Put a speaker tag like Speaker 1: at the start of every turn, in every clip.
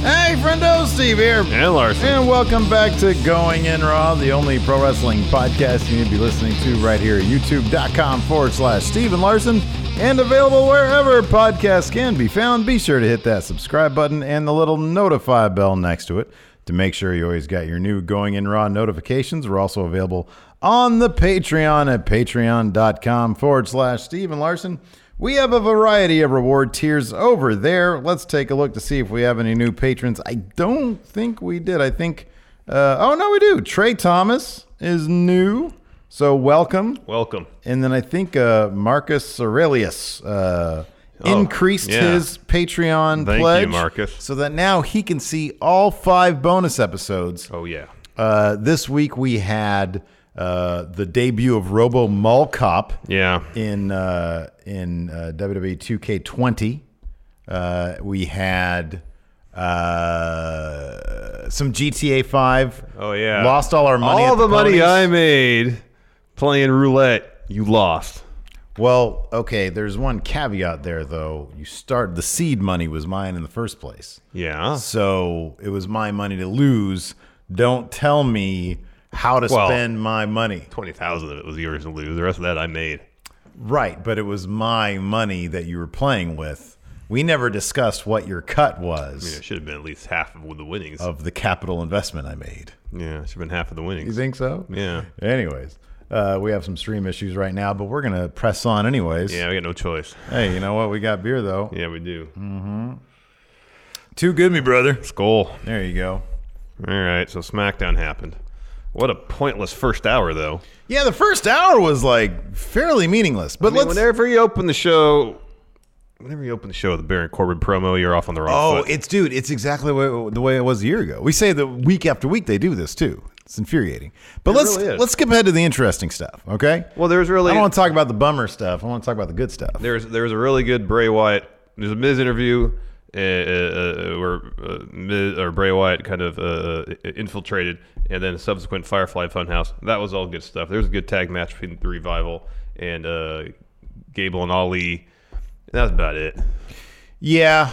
Speaker 1: Hey, friendo, Steve here.
Speaker 2: And Larson.
Speaker 1: And welcome back to Going In Raw, the only pro wrestling podcast you need to be listening to right here at youtube.com forward slash Steven Larson and available wherever podcasts can be found. Be sure to hit that subscribe button and the little notify bell next to it to make sure you always got your new Going In Raw notifications. We're also available on the Patreon at patreon.com forward slash Steven Larson. We have a variety of reward tiers over there. Let's take a look to see if we have any new patrons. I don't think we did. I think, uh, oh no, we do. Trey Thomas is new. So welcome.
Speaker 2: Welcome.
Speaker 1: And then I think uh, Marcus Aurelius uh, oh, increased yeah. his Patreon
Speaker 2: Thank
Speaker 1: pledge.
Speaker 2: You, Marcus.
Speaker 1: So that now he can see all five bonus episodes.
Speaker 2: Oh, yeah.
Speaker 1: Uh, this week we had uh, the debut of Robo Mall Cop
Speaker 2: yeah.
Speaker 1: in, uh, in WWE 2K20. Uh, we had uh, some GTA 5.
Speaker 2: Oh, yeah.
Speaker 1: Lost all our money.
Speaker 2: All the,
Speaker 1: the
Speaker 2: money I made playing roulette, you lost.
Speaker 1: Well, okay, there's one caveat there though. You start the seed money was mine in the first place.
Speaker 2: Yeah.
Speaker 1: So it was my money to lose. Don't tell me how to well, spend my money.
Speaker 2: Twenty thousand of it was yours to lose. The rest of that I made.
Speaker 1: Right, but it was my money that you were playing with. We never discussed what your cut was.
Speaker 2: I mean, it should have been at least half of the winnings
Speaker 1: of the capital investment I made.
Speaker 2: Yeah, it should have been half of the winnings.
Speaker 1: You think so?
Speaker 2: Yeah.
Speaker 1: Anyways, uh, we have some stream issues right now, but we're gonna press on anyways.
Speaker 2: Yeah, we got no choice.
Speaker 1: Hey, you know what? We got beer though.
Speaker 2: Yeah, we do.
Speaker 1: Mm-hmm. Too good, me brother.
Speaker 2: Skull.
Speaker 1: There you go.
Speaker 2: All right. So SmackDown happened. What a pointless first hour, though.
Speaker 1: Yeah, the first hour was like fairly meaningless. But I mean,
Speaker 2: whenever you open the show, whenever you open the show with the Baron Corbin promo, you're off on the wrong
Speaker 1: oh,
Speaker 2: foot.
Speaker 1: it's dude, it's exactly the way, it was a year ago. We say that week after week they do this too. It's infuriating. But it let's really let's skip ahead to the interesting stuff, okay?
Speaker 2: Well, there's really
Speaker 1: I don't want to talk about the bummer stuff. I want to talk about the good stuff.
Speaker 2: There's there's a really good Bray Wyatt. There's a Miz interview. Uh, uh, where uh, Miz, or Bray Wyatt kind of uh, infiltrated, and then a subsequent Firefly Funhouse. That was all good stuff. There was a good tag match between the Revival and uh, Gable and Ali. That's about it.
Speaker 1: Yeah.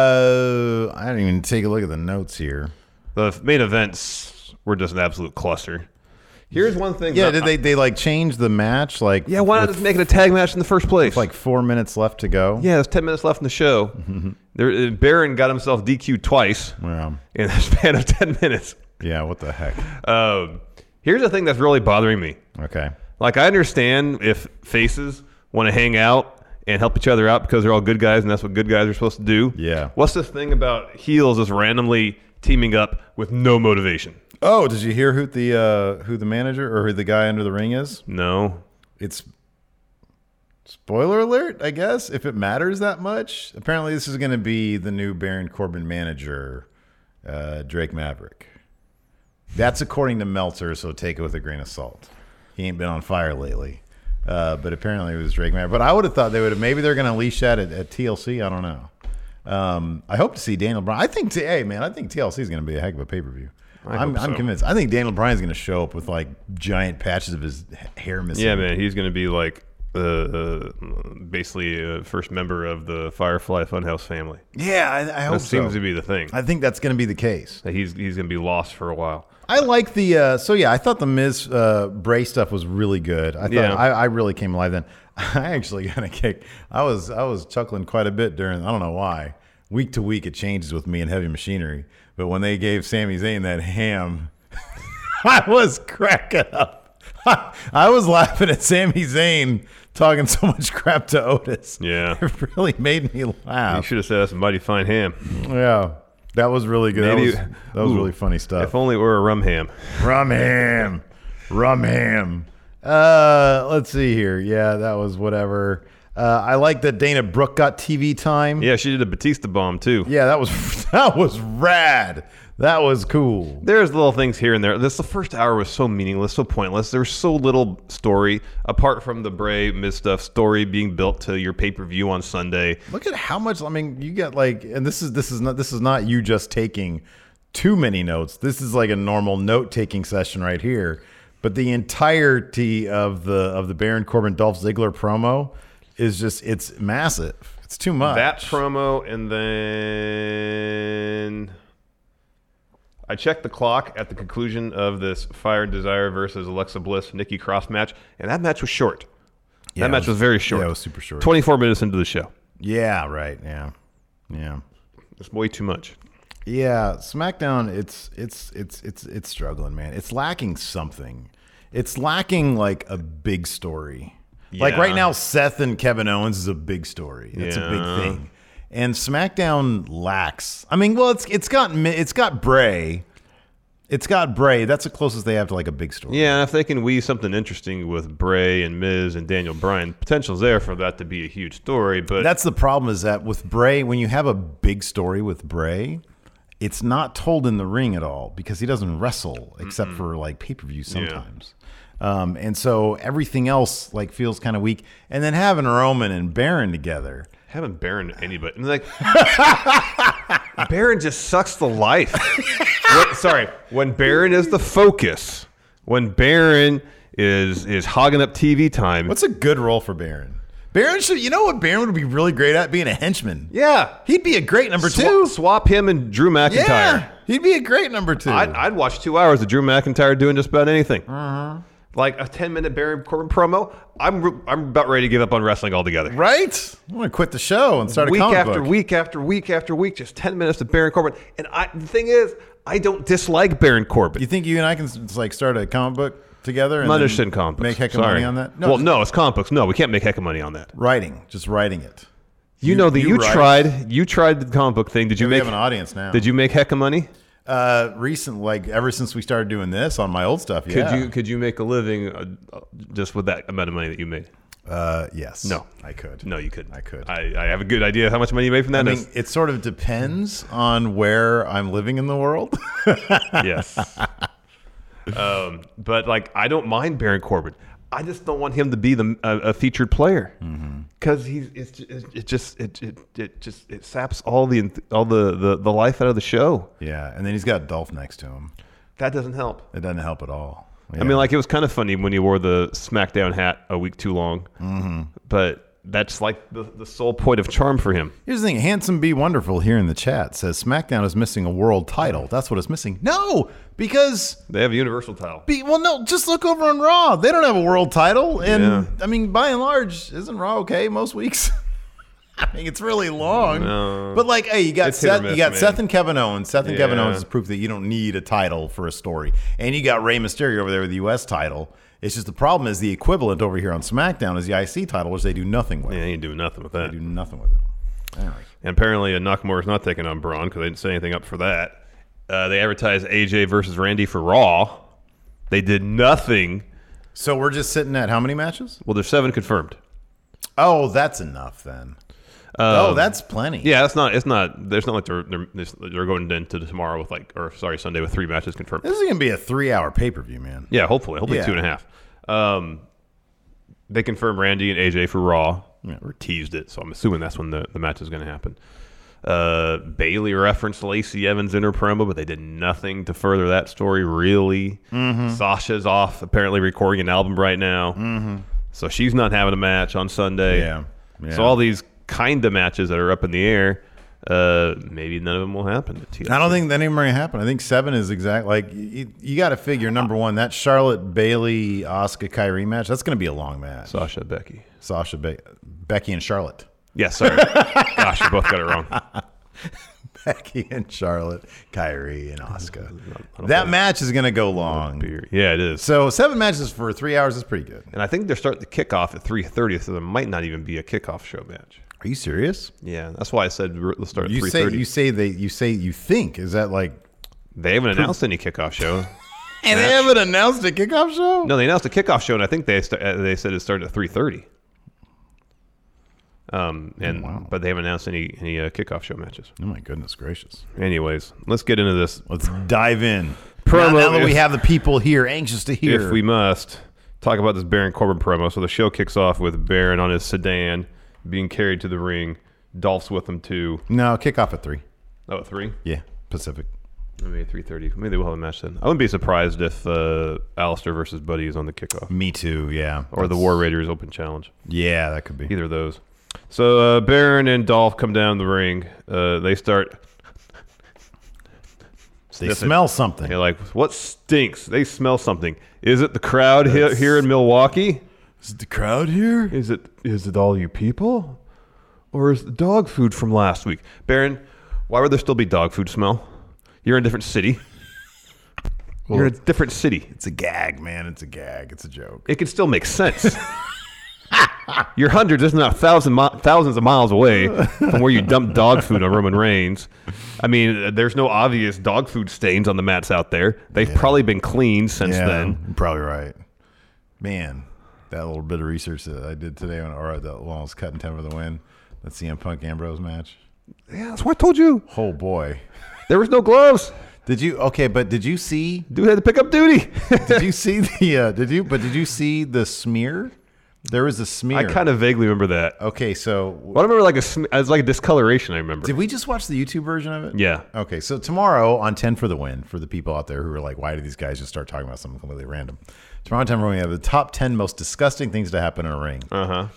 Speaker 1: Uh, I didn't even take a look at the notes here.
Speaker 2: The main events were just an absolute cluster. Here's one thing.
Speaker 1: Yeah, did I, they they like change the match? Like,
Speaker 2: yeah, why not just make it a tag match in the first place?
Speaker 1: like four minutes left to go.
Speaker 2: Yeah, there's ten minutes left in the show. Mm-hmm. there, Baron got himself DQ twice
Speaker 1: yeah.
Speaker 2: in the span of ten minutes.
Speaker 1: Um, Yeah, what the heck?
Speaker 2: Um, here's the thing that's really bothering me.
Speaker 1: Okay,
Speaker 2: like I understand if faces want to hang out and help each other out because they're all good guys and that's what good guys are supposed to do.
Speaker 1: Yeah.
Speaker 2: What's this thing about heels just randomly teaming up with no motivation?
Speaker 1: Oh, did you hear who the uh, who the manager or who the guy under the ring is?
Speaker 2: No.
Speaker 1: It's spoiler alert, I guess, if it matters that much. Apparently this is gonna be the new Baron Corbin manager, uh, Drake Maverick. That's according to Meltzer, so take it with a grain of salt. He ain't been on fire lately. Uh, but apparently it was Drake Maverick. But I would have thought they would have maybe they're going to unleash that at, at, TLC. I don't know. Um, I hope to see Daniel Bryan. I think today, hey, man, I think TLC is going to be a heck of a pay per view. I'm, so. I'm, convinced. I think Daniel Bryan's going to show up with like giant patches of his hair missing.
Speaker 2: Yeah, man, he's going to be like uh, uh, basically a first member of the Firefly Funhouse family.
Speaker 1: Yeah, I, I that hope that
Speaker 2: seems
Speaker 1: Oh, so.
Speaker 2: to be the thing.
Speaker 1: I think that's going to be the case.
Speaker 2: He's he's going to be lost for a while.
Speaker 1: I like the uh, so yeah. I thought the Miz uh, Bray stuff was really good. I thought
Speaker 2: yeah.
Speaker 1: I, I, really came alive then. I actually got a kick. I was I was chuckling quite a bit during. I don't know why. Week to week it changes with me and Heavy Machinery, but when they gave Sami Zayn that ham, I was cracking up. I was laughing at Sami Zayn talking so much crap to Otis.
Speaker 2: Yeah.
Speaker 1: It really made me
Speaker 2: You
Speaker 1: laugh.
Speaker 2: should have said that's a mighty fine ham.
Speaker 1: Yeah. That was really good.
Speaker 2: Maybe-
Speaker 1: that was, that was
Speaker 2: Ooh.
Speaker 1: really funny stuff.
Speaker 2: If only it were a rum ham.
Speaker 1: Rum ham. Rum ham. Uh, let's see here. Yeah, that was whatever. Uh, I like that Dana Brooke got TV time.
Speaker 2: Yeah, she did a Batista bomb too.
Speaker 1: Yeah, that was that was rad. That was cool.
Speaker 2: There's little things here and there. This the first hour was so meaningless, so pointless. There was so little story apart from the Bray Miz stuff story being built to your pay per view on Sunday.
Speaker 1: Look at how much I mean, you get like and this is this is not this is not you just taking too many notes. This is like a normal note-taking session right here. But the entirety of the of the Baron Corbin Dolph Ziggler promo is just it's massive. It's too much.
Speaker 2: That promo, and then I checked the clock at the conclusion of this Fire Desire versus Alexa Bliss Nikki Cross match, and that match was short.
Speaker 1: Yeah,
Speaker 2: that
Speaker 1: it
Speaker 2: match
Speaker 1: was-
Speaker 2: was, very short.
Speaker 1: yeah, it was super short.
Speaker 2: Twenty four minutes into the show,
Speaker 1: Yeah, right. Yeah. Yeah.
Speaker 2: it's way too much.
Speaker 1: Yeah, SmackDown it's it's it's it's it's struggling, man. It's lacking something. It's lacking like a big story. Like
Speaker 2: Yeah.
Speaker 1: right now Seth and Kevin Owens is a big story. It's a
Speaker 2: Yeah.
Speaker 1: big thing. And SmackDown lacks. I mean, well, it's it's got Mi- it's got Bray. It's got Bray. That's the closest they have to like a big story.
Speaker 2: Yeah, and if they can weave something interesting with Bray and Miz and Daniel Bryan, potential's there for that to be a huge story. But
Speaker 1: That's the problem is that with Bray, when you have a big story with Bray, it's not told in the ring at all because he doesn't wrestle except for like pay per view sometimes. Um, and so everything else like feels kind of weak. And then having Roman and Baron together.
Speaker 2: haven't Baron anybody. And like Baron just sucks the life. When- sorry, when Baron is the focus, when Baron is is hogging up TV time.
Speaker 1: What's a good role for Baron? Baron should, you know what Baron would be really great at? Being a henchman.
Speaker 2: yeah,
Speaker 1: He'd be a great number
Speaker 2: Swa-
Speaker 1: two.
Speaker 2: swap him and Drew McIntyre.
Speaker 1: Yeah. He'd be a great number two.
Speaker 2: I'd, I'd watch two hours of Drew McIntyre doing just about anything.
Speaker 1: Uh-huh.
Speaker 2: Like a ten minute Baron Corbin promo. I'm re- I'm about ready to give up on wrestling altogether.
Speaker 1: right? I'm going to quit the show and start a
Speaker 2: week
Speaker 1: comic
Speaker 2: after
Speaker 1: book.
Speaker 2: week after week after week, just ten minutes of Baron Corbin. And I, the thing is, I don't dislike Baron Corbin.
Speaker 1: You think you and I can s- like start a comic book together? And
Speaker 2: I'm not
Speaker 1: then
Speaker 2: interested in comic books.
Speaker 1: Make heck of
Speaker 2: Sorry.
Speaker 1: money on that?
Speaker 2: well,
Speaker 1: just
Speaker 2: no, it's comic books. No, we can't make heck of money on that.
Speaker 1: Writing, just writing it.
Speaker 2: You, know that
Speaker 1: you
Speaker 2: you,
Speaker 1: write-
Speaker 2: tried. You tried the comic book thing. Did you
Speaker 1: we
Speaker 2: make
Speaker 1: have an audience now.
Speaker 2: Did you make heck of money?
Speaker 1: Uh, recent, like ever since we started doing this on my old stuff,
Speaker 2: Could
Speaker 1: yeah.
Speaker 2: you could you make a living uh, uh, just with that amount of money that you made?
Speaker 1: Uh, yes.
Speaker 2: No.
Speaker 1: I could.
Speaker 2: No, you couldn't.
Speaker 1: I could.
Speaker 2: I, I have a good idea of how much money you made from that.
Speaker 1: I
Speaker 2: and
Speaker 1: mean, it sort of depends on where I'm living in the world.
Speaker 2: it's- yes. um, but like, I don't mind Baron Corbin. I just don't want him to be the a, a featured player because he's it's, ju- it, it just it, it it just it saps all the enth- all the, the the life out of the show.
Speaker 1: yeah, and then he's got Dolph next to him.
Speaker 2: That doesn't help.
Speaker 1: It doesn't help at all.
Speaker 2: I mean, like it was kind of funny when you wore the SmackDown hat a week too long, mm-hmm. but that's like the, the sole point of charm for him.
Speaker 1: Here's the thing, handsome be wonderful here in the chat says SmackDown is missing a world title. That's what it's missing. No, because
Speaker 2: They have a universal title.
Speaker 1: Be, well, no, just look over on Raw. They don't have a world title, and
Speaker 2: Yeah.
Speaker 1: I mean, by and large, isn't Raw okay most weeks? I mean, it's really long, but like, hey, you got
Speaker 2: It's hit or
Speaker 1: Seth, you
Speaker 2: miss,
Speaker 1: got
Speaker 2: man.
Speaker 1: Seth and Kevin Owens. Seth and Kevin
Speaker 2: Yeah.
Speaker 1: Owens is proof that you don't need a title for a story, and you got Rey Mysterio over there with the U.S. title. It's just the problem is the equivalent over here on SmackDown is the IC title, which they do nothing with.
Speaker 2: Yeah, he ain't doing nothing with that.
Speaker 1: They do
Speaker 2: And
Speaker 1: nothing with it. Anyway.
Speaker 2: apparently, uh, Nakamura's not taking on Braun because they didn't set anything up for that. Uh, they advertised AJ versus Randy for Raw. They did nothing.
Speaker 1: So we're just sitting at how many matches?
Speaker 2: Well, there's seven confirmed.
Speaker 1: Oh, that's enough then. oh, that's plenty.
Speaker 2: Um, Yeah, that's not. It's not. There's not like they're they're, they're going into tomorrow with like or sorry Sunday with three matches confirmed.
Speaker 1: This is gonna be a three-hour pay-per-view, man.
Speaker 2: Yeah, hopefully, hopefully
Speaker 1: Yeah.
Speaker 2: two and a half. Um, they confirmed Randy and AJ for Raw, or teased it, so I'm assuming that's when the, the match is going to happen. Uh, Bailey referenced Lacey Evans in her promo, but they did nothing to further that story. Really,
Speaker 1: Mm-hmm.
Speaker 2: Sasha's off apparently recording an album right now, so she's not having a match on Sunday.
Speaker 1: Mm-hmm. Yeah, yeah.
Speaker 2: So all these kind of matches that are up in the air, uh, maybe none of them will happen.
Speaker 1: I don't think that anymore happened. I think seven is exact. Like you, you got to figure number one that Charlotte Bailey Oscar Kyrie match. That's going to be a long match.
Speaker 2: Sasha Becky.
Speaker 1: Sasha Be- Becky and Charlotte.
Speaker 2: Yeah, sorry. Gosh, you both got it wrong.
Speaker 1: Becky and Charlotte, Kyrie and Oscar. That match is going to go long.
Speaker 2: Yeah, it is.
Speaker 1: So seven matches for three hours is pretty good.
Speaker 2: And I think they're starting the kickoff at 3:30, so there might not even be a kickoff show match.
Speaker 1: Are you serious?
Speaker 2: Yeah, that's why I said we're- let's start at
Speaker 1: You say
Speaker 2: 3:30.
Speaker 1: you say they you say you think is that like
Speaker 2: they haven't announced any kickoff show.
Speaker 1: and they haven't announced a kickoff show?
Speaker 2: No, they announced a kickoff show, and I think they st- uh, they said it started at 3:30. Um, and but they haven't announced any any uh, kickoff show matches.
Speaker 1: Oh my goodness gracious!
Speaker 2: Anyways, let's get into this
Speaker 1: Let's dive in.
Speaker 2: Promo
Speaker 1: Now, now that we
Speaker 2: is-
Speaker 1: have the people here anxious to hear,
Speaker 2: if we must talk about this Baron Corbin promo. So the show kicks off with Baron on his sedan being carried to the ring. Dolph's with him too.
Speaker 1: no kickoff at three.
Speaker 2: Oh, at three.
Speaker 1: Yeah, Pacific.
Speaker 2: Maybe three thirty. Maybe they will have a match then. I wouldn't be surprised if uh, Alistair versus Buddy is on the kickoff,
Speaker 1: Me too. Yeah,
Speaker 2: or the
Speaker 1: That's-
Speaker 2: War Raiders Open Challenge.
Speaker 1: Yeah, that could be.
Speaker 2: Either of those. So uh, Baron and Dolph come down the ring. Uh, they start.
Speaker 1: They smell something.
Speaker 2: They're like, "What stinks?" They smell something. Is it the crowd he- here in Milwaukee?
Speaker 1: Is the crowd here?
Speaker 2: Is it is it all you people, or is the dog food from last week? Baron, why would there still be dog food smell? You're in a different city. You're in a different city.
Speaker 1: It's a gag, man. It's a gag. It's a joke.
Speaker 2: it can still make sense. You're hundreds, if not thousand mi- thousands of miles away from where you dumped dog food on Roman Reigns. I mean, uh, there's no obvious dog food stains on the mats out there. They've probably been cleaned since
Speaker 1: yeah,
Speaker 2: then.
Speaker 1: you're probably right. Man, that little bit of research that I did today on or that while I was cutting ten for the win, that CM Punk Ambrose match.
Speaker 2: Yeah, that's what I told you.
Speaker 1: Oh boy.
Speaker 2: There was no gloves.
Speaker 1: Did you okay? But did you see?
Speaker 2: Dude had to pick up duty.
Speaker 1: Did you see the? Uh, did you? But did you see the smear? There was a smear.
Speaker 2: I kind of vaguely remember that.
Speaker 1: Okay, so
Speaker 2: Well, I remember like a sm- it was like a discoloration. I remember.
Speaker 1: did we just watch the YouTube version of it?
Speaker 2: yeah.
Speaker 1: Okay, so tomorrow on 10 for the win, for the people out there who are like, why do these guys just start talking about something completely random? Tomorrow on 10 for the win, we have the top 10 most disgusting things to happen in a ring. Uh-huh.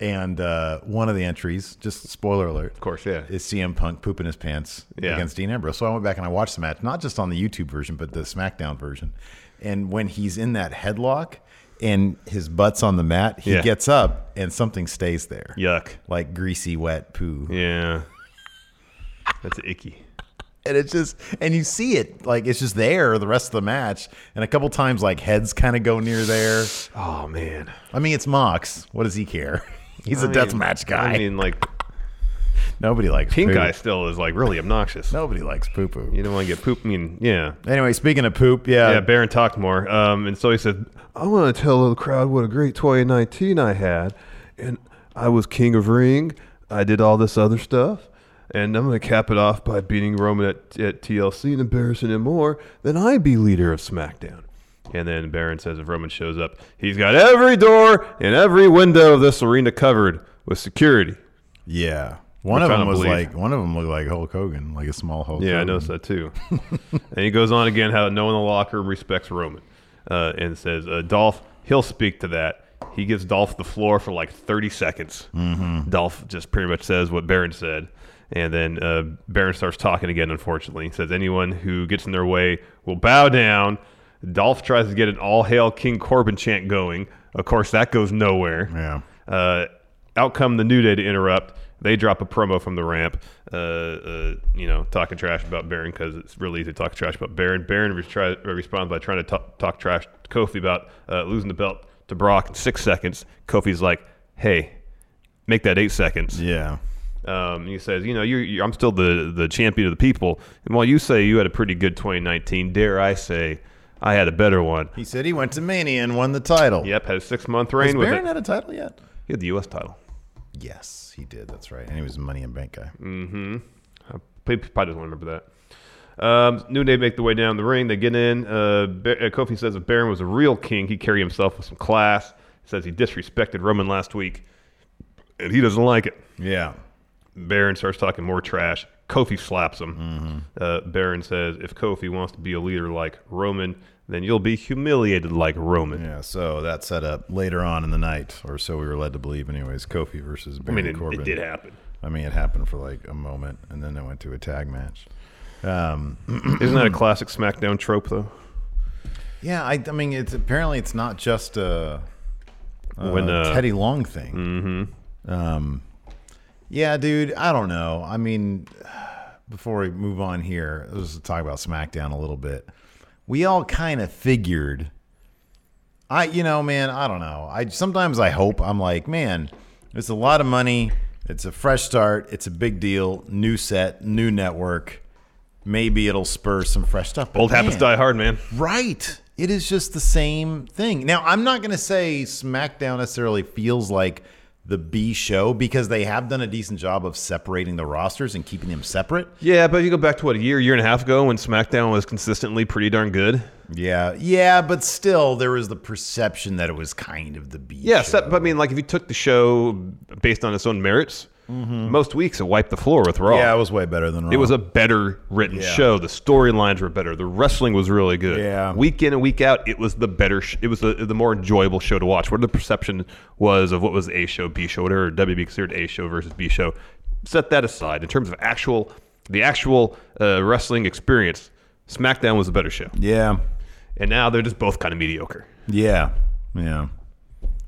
Speaker 1: And uh, one of the entries, just spoiler alert. Of
Speaker 2: course, yeah.
Speaker 1: Is CM Punk pooping his pants
Speaker 2: Yeah.
Speaker 1: against Dean Ambrose. So I went back and I watched the match, not just on the YouTube version, but the SmackDown version. And when he's in that headlock and his butt's on the mat, he
Speaker 2: Yeah.
Speaker 1: gets up and something stays there.
Speaker 2: Yuck.
Speaker 1: Like greasy, wet poo.
Speaker 2: Yeah. That's icky.
Speaker 1: and it's just and you see it like it's just there the rest of the match and a couple times like heads kind of go near there
Speaker 2: Oh man.
Speaker 1: i mean it's mox what does he care he's a
Speaker 2: I
Speaker 1: death
Speaker 2: mean-
Speaker 1: match guy
Speaker 2: I mean, like
Speaker 1: nobody likes
Speaker 2: pink
Speaker 1: poop.
Speaker 2: eye still is like really obnoxious.
Speaker 1: nobody likes poo poo
Speaker 2: You don't want to get poop. I mean, yeah.
Speaker 1: anyway speaking of poop yeah,
Speaker 2: yeah, Baron talked more. Um, and so he said, I want to tell the crowd what a great 2019 I had. And I was king of ring. I did all this other stuff. And I'm going to cap it off by beating Roman at, at TLC and embarrassing him more. Then I'd be leader of SmackDown. And then Baron says if Roman shows up, he's got every door and every window of this arena covered with security.
Speaker 1: yeah. one
Speaker 2: Which
Speaker 1: of
Speaker 2: I
Speaker 1: them
Speaker 2: don't
Speaker 1: was
Speaker 2: believe.
Speaker 1: like one of them looked like hulk hogan like a small hulk
Speaker 2: Yeah, I
Speaker 1: Hogan.
Speaker 2: noticed that too. and he goes on again how no one in the locker room respects Roman, uh, and says uh, Dolph he'll speak to that. He gives Dolph the floor for like 30 seconds. Dolph just pretty much says what Baron said, and then uh, Baron starts talking again. Unfortunately, he says anyone who gets in their way will bow down. Dolph tries to get an all hail King Corbin chant going. Of course, that goes nowhere.
Speaker 1: Yeah.
Speaker 2: Uh, out come the New Day to interrupt. They drop a promo from the ramp, uh, uh, you know, talking trash about Baron because it's really easy to talk trash about Baron. Baron re- try, responds by trying to talk, talk trash to Kofi about uh, losing the belt to Brock in six seconds. Kofi's like, hey, make that eight seconds.
Speaker 1: yeah
Speaker 2: Um, he says, you know, you you I'm still the, the champion of the people. And while you say you had a pretty good 2019, dare I say I had a better one.
Speaker 1: he said he went to mania and won the title
Speaker 2: Yep, had a six month
Speaker 1: has
Speaker 2: reign with
Speaker 1: baron
Speaker 2: it.
Speaker 1: had a title yet
Speaker 2: he had the U.S. title.
Speaker 1: yes he did that's right and he was a money and bank guy
Speaker 2: Mm. P- p- Probably doesn't remember that. Um, New Day make the way down the ring. They get in. Uh, Ba- uh, Kofi says if Baron was a real king, he'd carry himself with some class. Says he disrespected Roman last week, and he doesn't like it.
Speaker 1: yeah
Speaker 2: Baron starts talking more trash. Kofi slaps him. Uh, Baron says if Kofi wants to be a leader like Roman, then you'll be humiliated like Roman.
Speaker 1: Yeah, so that set up later on in the night, or so we were led to believe, anyways. Kofi versus
Speaker 2: I
Speaker 1: Baron
Speaker 2: mean, it,
Speaker 1: Corbin.
Speaker 2: it did happen.
Speaker 1: I mean, it happened for like a moment, and then it went to a tag match. Um,
Speaker 2: Isn't that a classic SmackDown trope, though?
Speaker 1: yeah, I, I mean, it's apparently it's not just a, a
Speaker 2: When, uh,
Speaker 1: Teddy Long thing. Mm-hmm. Um, yeah, dude, I don't know. I mean, before we move on here, let's talk about SmackDown a little bit. We all kind of figured. I, you know, man, I don't know. I sometimes I hope I'm like, man, it's a lot of money. It's a fresh start. It's a big deal. New set, new network. Maybe it'll spur some fresh stuff. But
Speaker 2: Old habits
Speaker 1: man,
Speaker 2: die hard, man.
Speaker 1: Right. It is just the same thing. Now, I'm not going to say SmackDown necessarily feels like the B show because they have done a decent job of separating the rosters and keeping them separate.
Speaker 2: Yeah, but if you go back to what a year, year and a half ago when SmackDown was consistently pretty darn good.
Speaker 1: Yeah. Yeah, but still, there was the perception that it was kind of the B
Speaker 2: Yeah,
Speaker 1: show.
Speaker 2: except, but I mean, like if you took the show based on its own merits, most weeks Mm-hmm. it wiped the floor with Raw.
Speaker 1: yeah, it was way better than Raw.
Speaker 2: It was a better written
Speaker 1: Uh-huh. Yeah.
Speaker 2: show. The storylines were better. The wrestling was really good.
Speaker 1: Yeah.
Speaker 2: Week in and week out, it was the better. Sh- it was the, the more enjoyable show to watch. Where the perception was of what was A show, B show, whatever WB considered A show versus B show. Set that aside. In terms of actual, the actual uh, wrestling experience, SmackDown was a better show.
Speaker 1: Yeah.
Speaker 2: And now they're just both kind of mediocre.
Speaker 1: Yeah. Yeah.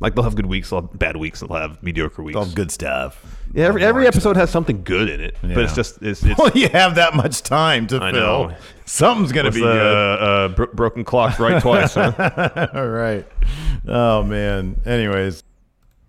Speaker 2: Like they'll have good weeks, they'll have bad weeks, they'll have mediocre weeks.
Speaker 1: All good stuff.
Speaker 2: Yeah, every, every episode has something good in it,
Speaker 1: Yeah.
Speaker 2: but it's just it's, it's
Speaker 1: Well, you have that much time to
Speaker 2: I
Speaker 1: fill.
Speaker 2: know.
Speaker 1: Something's going to
Speaker 2: what's
Speaker 1: be
Speaker 2: the,
Speaker 1: good.
Speaker 2: uh, bro- broken clock right twice. Huh?
Speaker 1: All right. Oh, man. Anyways.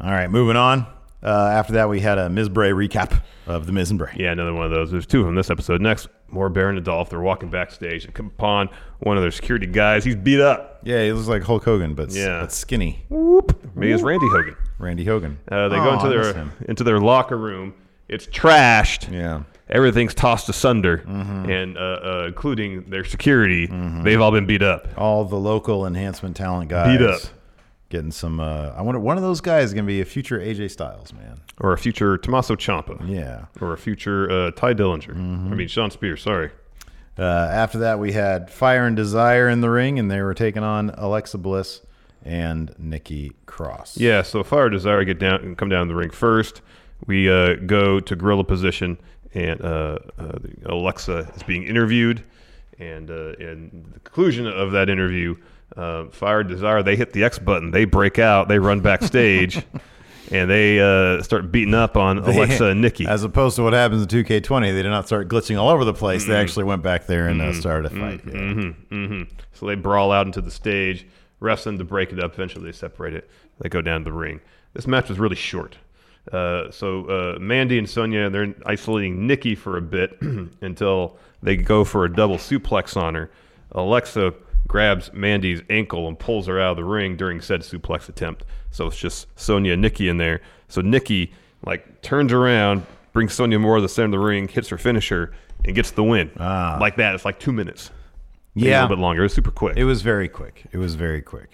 Speaker 1: All right, moving on. Uh, after that, we had a Ms. Bray recap of the Ms. and Bray.
Speaker 2: Yeah, another one of those. There's two of them this episode. Next, more Baron Adolf. They're walking backstage and come upon one of their security guys. He's beat up.
Speaker 1: Yeah, he looks like Hulk Hogan, but, s-
Speaker 2: Yeah.
Speaker 1: but skinny.
Speaker 2: Whoop. Maybe it's Randy Hogan.
Speaker 1: Randy Hogan.
Speaker 2: Uh, they
Speaker 1: Aw,
Speaker 2: go into
Speaker 1: Oh, I miss him.
Speaker 2: their into their locker room. It's trashed.
Speaker 1: Yeah. Mm-hmm.
Speaker 2: Everything's tossed asunder, and uh, uh, including their security. They've all been beat up.
Speaker 1: all the local enhancement talent guys.
Speaker 2: Beat up.
Speaker 1: Getting some. Uh, I wonder. One of those guys is going to be a future AJ Styles, man.
Speaker 2: Or a future Tommaso Ciampa.
Speaker 1: Yeah. Mm-hmm.
Speaker 2: Or a future uh, Ty Dillinger. I mean, Sean Spears, sorry.
Speaker 1: Uh, after that, we had Fire and Desire in the ring, and they were taking on Alexa Bliss and Nikki Cross.
Speaker 2: Yeah, so Fire Desire get down and come down to the ring first. We uh, go to gorilla position, and uh, uh, Alexa is being interviewed. And uh, in the conclusion of that interview, uh, Fire Desire they hit the X button, they break out, they run backstage, and they uh, start beating up on Alexa and uh, Nikki.
Speaker 1: As opposed to what happens in 2K20, they did not start glitching all over the place.
Speaker 2: Mm-hmm.
Speaker 1: They actually went back there and uh, started a fight. Yeah.
Speaker 2: hmm So they brawl out into the stage, wrestling to break it up. Eventually, they separate it. They go down to the ring. This match was really short. Uh, so uh, Mandy and Sonya they're isolating Nikki for a bit until they go for a double suplex on her. Alexa grabs Mandy's ankle and pulls her out of the ring during said suplex attempt. So it's just Sonya and Nikki in there. So Nikki like turns around, brings Sonya more to the center of the ring, hits her finisher, and gets the win. Ah. Like that. It's like two minutes. Maybe a
Speaker 1: Yeah.
Speaker 2: little bit longer. It was super quick.
Speaker 1: It was very quick. It was very quick.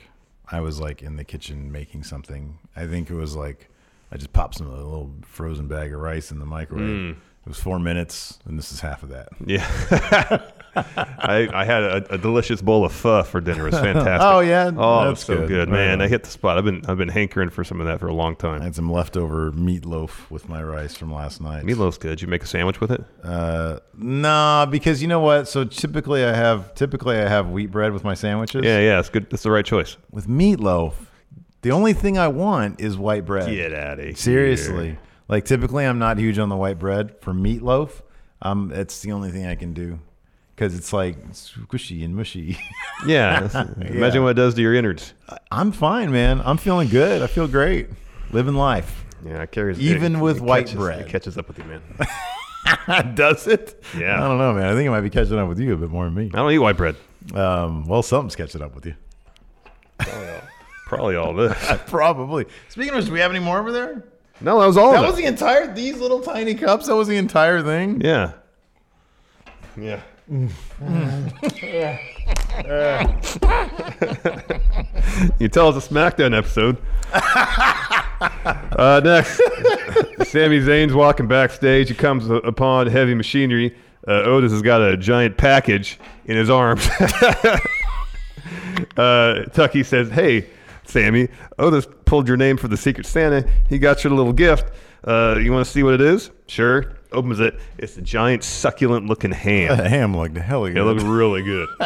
Speaker 1: I was like in the kitchen making something. I think it was like I just popped some a little frozen bag of rice in the microwave.
Speaker 2: Mm.
Speaker 1: It was four minutes, and this is half of that.
Speaker 2: yeah. I, I had a, a delicious bowl of pho for dinner. It was fantastic.
Speaker 1: Oh, yeah?
Speaker 2: oh, it was
Speaker 1: That's
Speaker 2: so
Speaker 1: good.
Speaker 2: good, man.
Speaker 1: Yeah.
Speaker 2: I hit the spot. I've been I've been hankering for some of that for a long
Speaker 1: I
Speaker 2: time.
Speaker 1: had some leftover meatloaf with my rice from last night.
Speaker 2: Meatloaf's good. You make a sandwich with it?
Speaker 1: Uh, nah, because you know what? So typically I have typically I have wheat bread with my sandwiches.
Speaker 2: Yeah, yeah. It's good. That's the right choice.
Speaker 1: With meatloaf, the only thing I want is white bread.
Speaker 2: Get out of here.
Speaker 1: Seriously. Like typically I'm not huge on the white bread for meatloaf. Um it's the only thing I can do cuz it's like squishy and mushy.
Speaker 2: Yeah. that's- Imagine what it does to your innards.
Speaker 1: I'm fine, man. I'm feeling good. I feel great. Living life.
Speaker 2: Yeah, it carries
Speaker 1: Even
Speaker 2: it-
Speaker 1: with
Speaker 2: it
Speaker 1: white
Speaker 2: catches-
Speaker 1: bread.
Speaker 2: It catches up with you, man.
Speaker 1: Does it?
Speaker 2: Yeah.
Speaker 1: I don't know, man. I think it might be catching up with you a bit more than me.
Speaker 2: I don't eat white bread.
Speaker 1: Um, well, something's catching up with you.
Speaker 2: Probably all this.
Speaker 1: Probably. Speaking of which, do we have any more over there?
Speaker 2: no, that was all. of
Speaker 1: That
Speaker 2: it.
Speaker 1: was the entire these little tiny cups. That was the entire thing.
Speaker 2: Yeah. Yeah. you tell us a SmackDown episode. uh, next, Sami Zayn's walking backstage. He comes upon heavy machinery. Uh, Otis has got a giant package in his arms. uh, Tucky says, "Hey, Sammy, Otis pulled your name for the Secret Santa. He got your little gift. Uh, you want to see what it is? Sure." Opens it. It's a giant, succulent-looking
Speaker 1: That
Speaker 2: ham.
Speaker 1: ham looked hell
Speaker 2: It looked really good.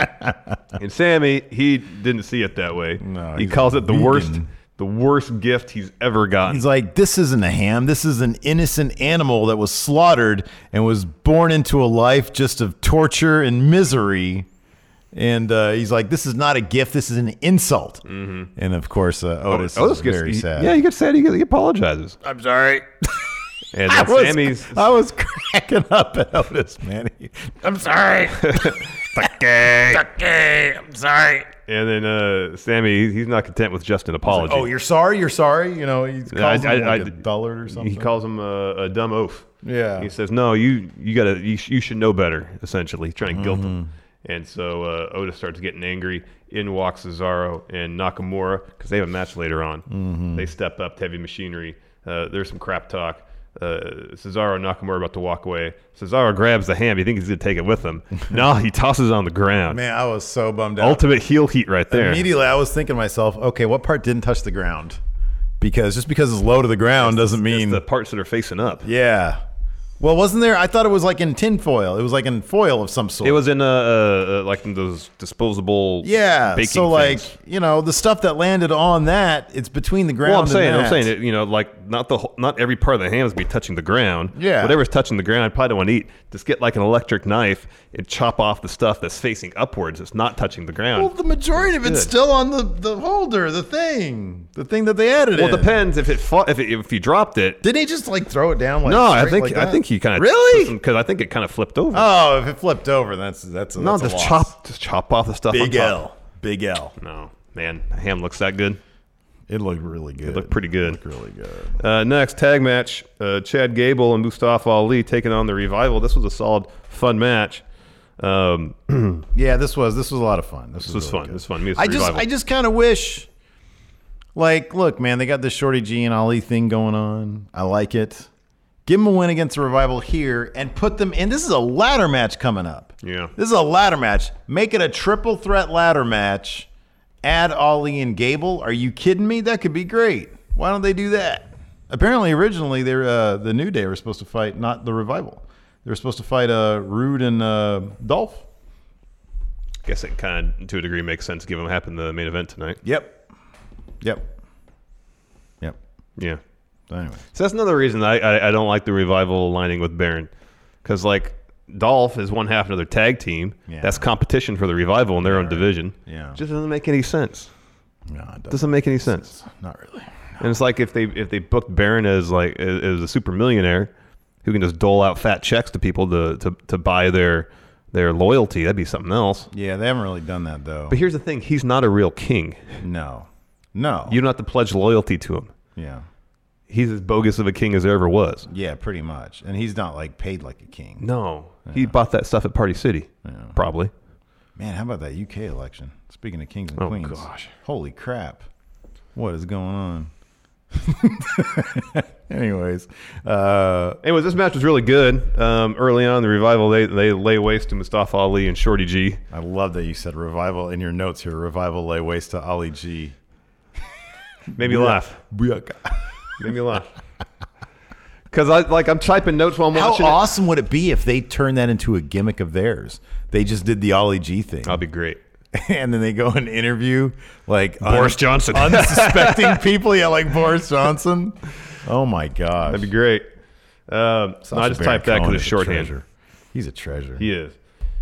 Speaker 2: and Sammy, he didn't see it that way.
Speaker 1: No,
Speaker 2: he
Speaker 1: he's
Speaker 2: calls it the
Speaker 1: vegan.
Speaker 2: worst, the worst gift he's ever gotten.
Speaker 1: He's like, this isn't a ham. This is an innocent animal that was slaughtered and was born into a life just of torture and misery. And uh, he's like, this is not a gift. This is an insult. And of course, uh, Otis, is
Speaker 2: Oh, gets-
Speaker 1: very
Speaker 2: he-
Speaker 1: sad.
Speaker 2: Yeah, he gets sad. He, he apologizes.
Speaker 1: I'm sorry.
Speaker 2: And
Speaker 1: I
Speaker 2: then
Speaker 1: was,
Speaker 2: Sammy's
Speaker 1: I was cracking up at Otis, man. He- I'm sorry. okay. Okay. I'm sorry.
Speaker 2: and then uh, Sammy he- he's not content with just an apology.
Speaker 1: Oh, you're sorry. You're sorry. You know, he calls
Speaker 2: I-
Speaker 1: him
Speaker 2: I-
Speaker 1: like
Speaker 2: I-
Speaker 1: a dullard or something.
Speaker 2: he calls him a, a dumb oaf.
Speaker 1: Yeah.
Speaker 2: He says, "No, you you gotta you, sh- you should know better." Essentially, he's trying to guilt him.
Speaker 1: Mm-hmm.
Speaker 2: And so uh, Otis starts getting angry. In walks Cesaro and Nakamura because they have a match later on.
Speaker 1: Mm-hmm.
Speaker 2: They step up to heavy machinery. Uh, there's some crap talk. Uh, Cesaro and Nakamura are about to walk away. Cesaro grabs the ham. You think he's gonna take it with him? nah, he tosses it on the ground.
Speaker 1: Man, I was so bummed out.
Speaker 2: Ultimate heel heat right there.
Speaker 1: Immediately, I was thinking to myself, okay, what part didn't touch the ground? Because just because it's low to the ground doesn't mean.
Speaker 2: the parts that are facing up.
Speaker 1: yeah. Well, wasn't there? I thought it was like in tinfoil. It was like in foil of some sort.
Speaker 2: It was in uh, uh, uh, like in those disposable.
Speaker 1: Yeah.
Speaker 2: baking
Speaker 1: So, like,
Speaker 2: things.
Speaker 1: you know, the stuff that landed on that, it's between the ground
Speaker 2: Well, I'm
Speaker 1: and
Speaker 2: saying, I'm
Speaker 1: that.
Speaker 2: saying, it, you know, like not the whole, not every part of the ham is be touching the ground.
Speaker 1: Yeah.
Speaker 2: whatever's touching the ground, I probably don't want to eat. Just get like an electric knife and chop off the stuff that's facing upwards. It's not touching the ground.
Speaker 1: Well, the majority of it's
Speaker 2: Good.
Speaker 1: still on the, the holder, the thing, the thing that they added.
Speaker 2: Well, it
Speaker 1: in.
Speaker 2: depends if it, fa- if it if you dropped it.
Speaker 1: Didn't he just like throw it down? Like,
Speaker 2: no, I
Speaker 1: straight
Speaker 2: think
Speaker 1: like
Speaker 2: I
Speaker 1: that?
Speaker 2: think he kind of
Speaker 1: really.
Speaker 2: because I think it kind of flipped over.
Speaker 1: Oh, if it flipped over, that's that's
Speaker 2: no,
Speaker 1: that's a
Speaker 2: just
Speaker 1: loss.
Speaker 2: chop just chop off the stuff.
Speaker 1: Big
Speaker 2: on top.
Speaker 1: L, big L.
Speaker 2: No, man, ham looks that good.
Speaker 1: It looked really good. It
Speaker 2: looked pretty good.
Speaker 1: looked really good.
Speaker 2: Uh, next tag match: uh, Chad Gable and Mustafa Ali taking on the Revival. This was a solid, fun match. Um,
Speaker 1: Yeah, this was this was a lot of fun. This,
Speaker 2: was
Speaker 1: really
Speaker 2: fun.
Speaker 1: good.
Speaker 2: This was fun. Me, it's
Speaker 1: I just
Speaker 2: revival.
Speaker 1: I just kind of wish, like, look, man, they got this Shorty G and Ali thing going on. I like it. Give them a win against the revival here and put them in. This is a ladder match coming up.
Speaker 2: Yeah.
Speaker 1: this is a ladder match. Make it a triple threat ladder match. Add Ali and Gable. Are you kidding me? That could be great. Why don't they do that? Apparently, originally they were, uh, the New Day were supposed to fight, not the revival. They were supposed to fight uh, Rude and uh, Dolph.
Speaker 2: guess it kind of, to a degree, makes sense given what happened in the main event tonight.
Speaker 1: Yep. Yep. Yep.
Speaker 2: Yeah.
Speaker 1: Anyway.
Speaker 2: So that's another reason I, I, I don't like the revival aligning with Baron, because like Dolph is one half of their tag team.
Speaker 1: Yeah.
Speaker 2: That's competition for the revival in their own division.
Speaker 1: Yeah.
Speaker 2: Just doesn't make any sense.
Speaker 1: No, it doesn't.
Speaker 2: Doesn't make any sense.
Speaker 1: Not really.
Speaker 2: And it's like if they if they booked Baron as like as as a super millionaire who can just dole out fat checks to people to to, to buy their their loyalty, that'd be something else.
Speaker 1: Yeah, they haven't really done that though.
Speaker 2: But here's the thing, he's not a real king.
Speaker 1: no. No.
Speaker 2: You don't have to pledge loyalty to him.
Speaker 1: yeah.
Speaker 2: He's as bogus of a king as there ever was.
Speaker 1: Yeah, pretty much. And he's not like paid like a king.
Speaker 2: No. He bought that stuff at Party City. Probably.
Speaker 1: Man, how about that UK election? Speaking of kings and
Speaker 2: Oh,
Speaker 1: queens.
Speaker 2: gosh.
Speaker 1: Holy crap. What is going on? Anyways, uh
Speaker 2: Anyways, this match was really good. Um, early on in the revival, they, they lay waste to Mustafa Ali and Shorty G.
Speaker 1: I love that you said revival in your notes here. Revival lay waste to Ali G.
Speaker 2: Made me laugh.
Speaker 1: Booyaka.
Speaker 2: Made me laugh. Because I like I'm typing notes while I'm
Speaker 1: How
Speaker 2: watching. it.
Speaker 1: awesome would it be if they turned that into a gimmick of theirs? They just did the Ollie G thing,
Speaker 2: That'd be great.
Speaker 1: and then they go and interview like
Speaker 2: Boris Johnson.
Speaker 1: unsuspecting people. Yeah, like Boris Johnson. Oh my gosh,
Speaker 2: That'd be great. Um, so I just typed that because it's shorthand.
Speaker 1: He's a treasure.
Speaker 2: He is.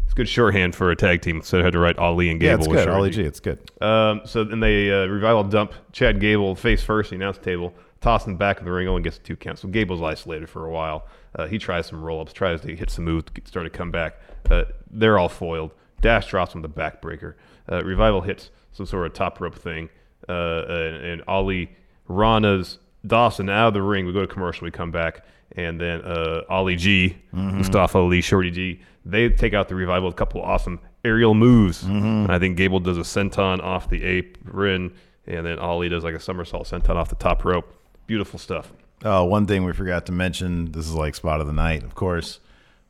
Speaker 2: It's good shorthand for a tag team, so I had to write Ali and
Speaker 1: yeah,
Speaker 2: Gable.
Speaker 1: it's
Speaker 2: with
Speaker 1: good. Ollie
Speaker 2: Shorty.
Speaker 1: G, it's good.
Speaker 2: Um, so then they uh, revival dump Chad Gable face first, the announce table, toss him back in the ring, only gets two counts. So Gable's isolated for a while. Uh, he tries some roll ups, tries to hit some moves, get- start to come back. Uh, they're all foiled. Dash drops him with the backbreaker. Uh, revival hits some sort of top rope thing, uh, and, and Ali Rana's Dawson out of the ring. We go to commercial, we come back, and then uh, Ali G, Mustafa Ali, Shorty G, they take out the revival. with A couple awesome aerial moves. And I think Gable does a senton off the apron, and then Ali does like a somersault senton off the top rope. Beautiful stuff.
Speaker 1: Uh, one thing we forgot to mention this is like spot of the night, of course,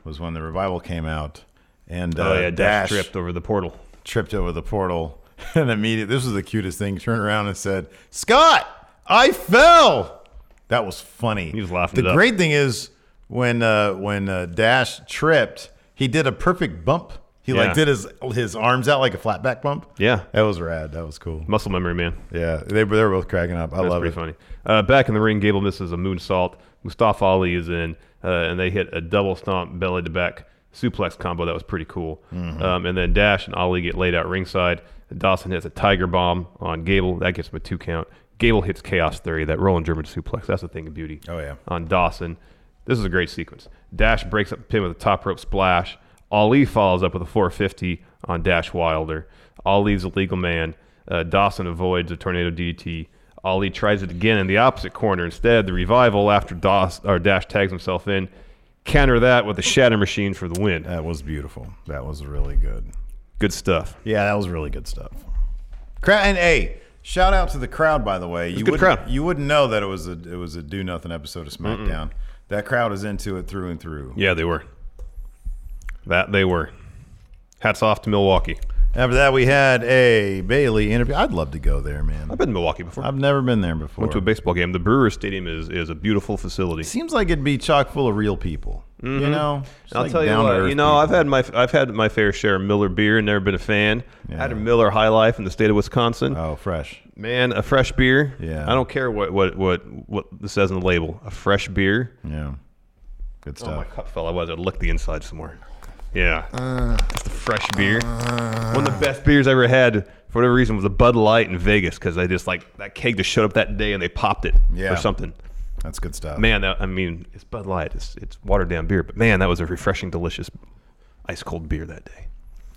Speaker 1: was when the revival came out. And uh,
Speaker 2: oh yeah, Dash,
Speaker 1: Dash
Speaker 2: tripped over the portal.
Speaker 1: tripped over the portal and immediately this was the cutest thing turned around and said scott i fell that was funny
Speaker 2: He was laughing
Speaker 1: the
Speaker 2: it up.
Speaker 1: great thing is when uh when uh, dash tripped he did a perfect bump he
Speaker 2: Yeah.
Speaker 1: like did his his arms out like a flat back bump
Speaker 2: Yeah.
Speaker 1: that was rad that was cool
Speaker 2: Muscle memory, man.
Speaker 1: yeah they, were- they were both cracking up i
Speaker 2: That's
Speaker 1: love
Speaker 2: pretty
Speaker 1: it
Speaker 2: funny. Uh, back in the ring, Gable misses a moonsault. Mustafa Ali is in, uh, and they hit a double stomp belly to back suplex combo. That was pretty cool.
Speaker 1: Mm-hmm.
Speaker 2: Um, and then Dash and Ali get laid out ringside. Dawson hits a tiger bomb on Gable. That gets him a two count. Gable hits Chaos Theory, that rolling German suplex. That's a thing of beauty.
Speaker 1: Oh, yeah.
Speaker 2: On Dawson. This is a great sequence. Dash breaks up the pin with a top rope splash. Ali follows up with a 450 on Dash Wilder. Ali's a legal man. Uh, Dawson avoids a tornado DDT. Ali tries it again in the opposite corner. Instead, the revival after Dos, or Dash tags himself in. Counter that with a shatter machine for the win.
Speaker 1: that was beautiful that was really good
Speaker 2: Good stuff.
Speaker 1: Yeah, that was really good stuff. Crowd and hey, shout out to the crowd by the way. You
Speaker 2: good
Speaker 1: wouldn't
Speaker 2: crowd.
Speaker 1: you wouldn't know that it was a it was a do nothing episode of SmackDown. That crowd is into it through and through.
Speaker 2: Yeah, they were. That they were. Hats off to Milwaukee.
Speaker 1: After that, we had a Bailey interview. I'd love to go there, man.
Speaker 2: I've been to Milwaukee before.
Speaker 1: I've never been there before.
Speaker 2: Went to a baseball game. The Brewers Stadium is, is a beautiful facility.
Speaker 1: Seems like it'd be chock full of real people. You know, Just
Speaker 2: Mm-hmm. I'll
Speaker 1: like
Speaker 2: tell you
Speaker 1: down-to-earth
Speaker 2: what, you know, I've
Speaker 1: people.
Speaker 2: had my I've had my fair share of Miller beer and never been a fan. I had a Miller High Life in the state of Wisconsin.
Speaker 1: oh fresh.
Speaker 2: Man, a fresh beer.
Speaker 1: Yeah.
Speaker 2: I don't care what what what what this says on the label. A fresh beer.
Speaker 1: Yeah, good
Speaker 2: Oh my
Speaker 1: stuff.
Speaker 2: cup fell. I was. I licked the inside somewhere. Yeah.
Speaker 1: Uh,
Speaker 2: It's the fresh beer. One of the best beers I ever had for whatever reason was a Bud Light in Vegas because I just like that keg just showed up that day and they popped it
Speaker 1: Yeah.
Speaker 2: or something.
Speaker 1: That's good stuff.
Speaker 2: Man, that, I mean, it's Bud Light. It's it's watered down beer, but man, that was a refreshing, delicious, ice cold beer that day.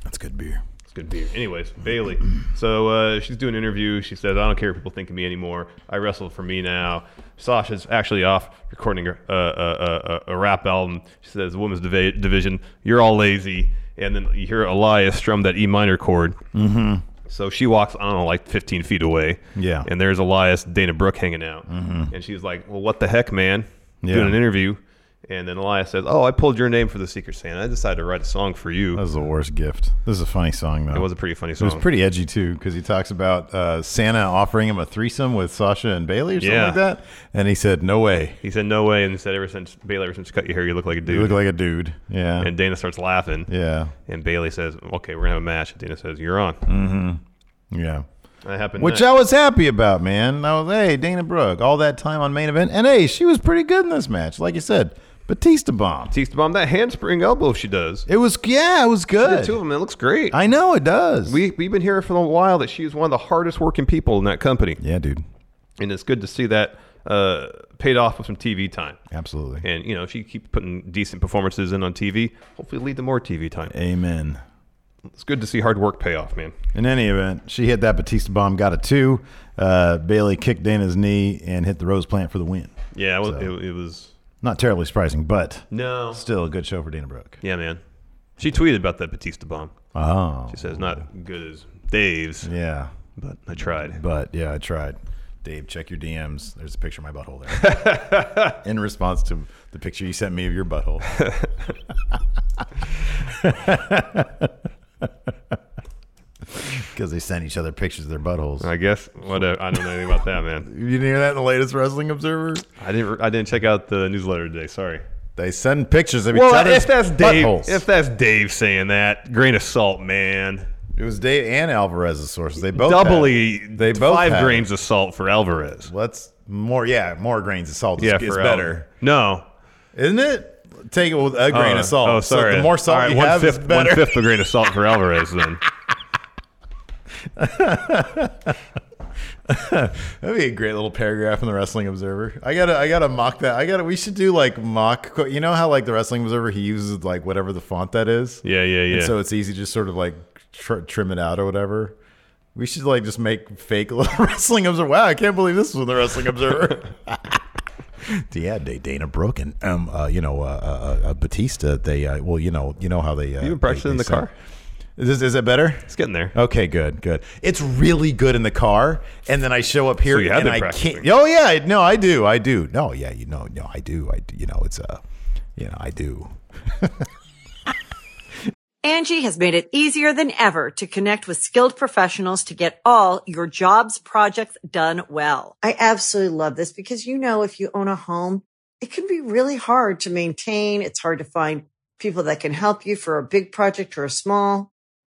Speaker 1: that's good beer.
Speaker 2: It's good beer. Anyways, Bailey. So uh, she's doing an interview. She says, "I don't care if people think of me anymore. I wrestle for me now." Sasha's actually off recording uh, a, a, a, a- a rap album. She says, "Women's div- division, you're all lazy." And then you hear Elias strum that E minor chord. Mm-hmm. So she walks, I don't know, like 15 feet away.
Speaker 1: Yeah. Mm-hmm.
Speaker 2: And there's Elias, Dana Brooke hanging out. And she's like, "Well, what the heck, man?
Speaker 1: Yeah.
Speaker 2: Doing an interview." And then Elias says, "Oh, I pulled your name for the Secret Santa. I decided to write a song for you."
Speaker 1: That was the worst gift. This is a funny song though.
Speaker 2: it was a pretty funny
Speaker 1: It
Speaker 2: song.
Speaker 1: was pretty edgy too, because he talks about uh, Santa offering him a threesome with Sasha and Bailey or something
Speaker 2: Yeah.
Speaker 1: like that, and he said, "No way,
Speaker 2: He said, "No way!" And he said, "Ever since Bailey, ever since you cut your hair, you look like a dude."
Speaker 1: you look like a dude." Yeah,
Speaker 2: and Dana starts laughing.
Speaker 1: yeah,
Speaker 2: And Bailey says, "Okay, we're gonna have a match." And Dana says, "You're on."
Speaker 1: yeah.
Speaker 2: That happened.
Speaker 1: Mm. Which
Speaker 2: next.
Speaker 1: I was happy about, man. I was, hey, Dana Brooke, all that time on main event, and hey, she was pretty good in this match, like you said, Batista bomb.
Speaker 2: Batista bomb that handspring elbow she does.
Speaker 1: It was, yeah, it was
Speaker 2: She did
Speaker 1: good.
Speaker 2: two of them. It looks great.
Speaker 1: I know it does.
Speaker 2: we we've been hearing for a while that she's one of the hardest working people in that company,
Speaker 1: yeah, dude,
Speaker 2: and it's good to see that uh, paid off with some TV time.
Speaker 1: absolutely.
Speaker 2: And you know, she keeps putting decent performances in on TV. Hopefully, lead to more TV time.
Speaker 1: Amen.
Speaker 2: It's good to see hard work pay off, man.
Speaker 1: In any event, she hit that Batista bomb, got a two. Uh, Bailey kicked Dana's knee and hit the rose plant for the win.
Speaker 2: Yeah, it was.
Speaker 1: So-
Speaker 2: It, it was
Speaker 1: Not terribly surprising, but
Speaker 2: no.
Speaker 1: still a good show for Dana Brooke.
Speaker 2: Yeah, man. She tweeted about that Batista bomb.
Speaker 1: Oh,
Speaker 2: She says not good as Dave's,
Speaker 1: yeah.
Speaker 2: but I tried.
Speaker 1: But yeah, I tried. Dave, check your DMs. There's a picture of my butthole there. In response to the picture you sent me of your butthole. Because they sent each other pictures of their buttholes.
Speaker 2: I guess whatever. I don't know anything about that, man.
Speaker 1: you didn't hear that in the latest Wrestling Observer?
Speaker 2: I didn't. I didn't check out the newsletter today. Sorry.
Speaker 1: They send pictures of each
Speaker 2: Well,
Speaker 1: other's
Speaker 2: if that's Dave,
Speaker 1: buttholes.
Speaker 2: if that's Dave saying that, grain of salt, man.
Speaker 1: it was Dave and Alvarez's sources. They both had it.
Speaker 2: Doubly,
Speaker 1: They both
Speaker 2: five
Speaker 1: had it.
Speaker 2: grains of salt for Alvarez.
Speaker 1: Let's more, yeah, more grains of salt.
Speaker 2: yeah,
Speaker 1: is, is
Speaker 2: for
Speaker 1: better,
Speaker 2: Al- No,
Speaker 1: isn't it? Take it with a grain
Speaker 2: Oh,
Speaker 1: of salt.
Speaker 2: Oh, sorry.
Speaker 1: So the more salt
Speaker 2: All right,
Speaker 1: you
Speaker 2: one
Speaker 1: have,
Speaker 2: fifth-
Speaker 1: is better.
Speaker 2: One fifth a grain of salt for Alvarez, then.
Speaker 1: That'd be a great little paragraph in the Wrestling Observer. I gotta, I gotta mock that. I gotta. We should do like mock. qu- You know how like the Wrestling Observer he uses like whatever the font that is.
Speaker 2: Yeah, yeah, yeah.
Speaker 1: And so it's easy to just sort of like tr- trim it out or whatever. We should like just make fake little Wrestling Observer. Wow, I can't believe this was in the Wrestling Observer. yeah, they, Dana Brooke and um, uh, you know, uh, uh, uh, Batista. They uh, well, you know, you know how they. Uh,
Speaker 2: You impressed
Speaker 1: they-
Speaker 2: in
Speaker 1: they
Speaker 2: the
Speaker 1: sent-
Speaker 2: car?
Speaker 1: Is, this, is it better?
Speaker 2: It's getting there.
Speaker 1: Okay, good, good. It's really good in the car, and then I show up here
Speaker 2: So you have
Speaker 1: and
Speaker 2: been
Speaker 1: I
Speaker 2: practicing.
Speaker 1: can't. Oh yeah, I- no, I do, I do. No, yeah, you know, no, I do, I do. You know, it's a, you know, I do.
Speaker 3: Angie has made it easier than ever to connect with skilled professionals to get all your jobs projects done well. I absolutely love this because, you know, if you own a home, it can be really hard to maintain. It's hard to find people that can help you for a big project or a small.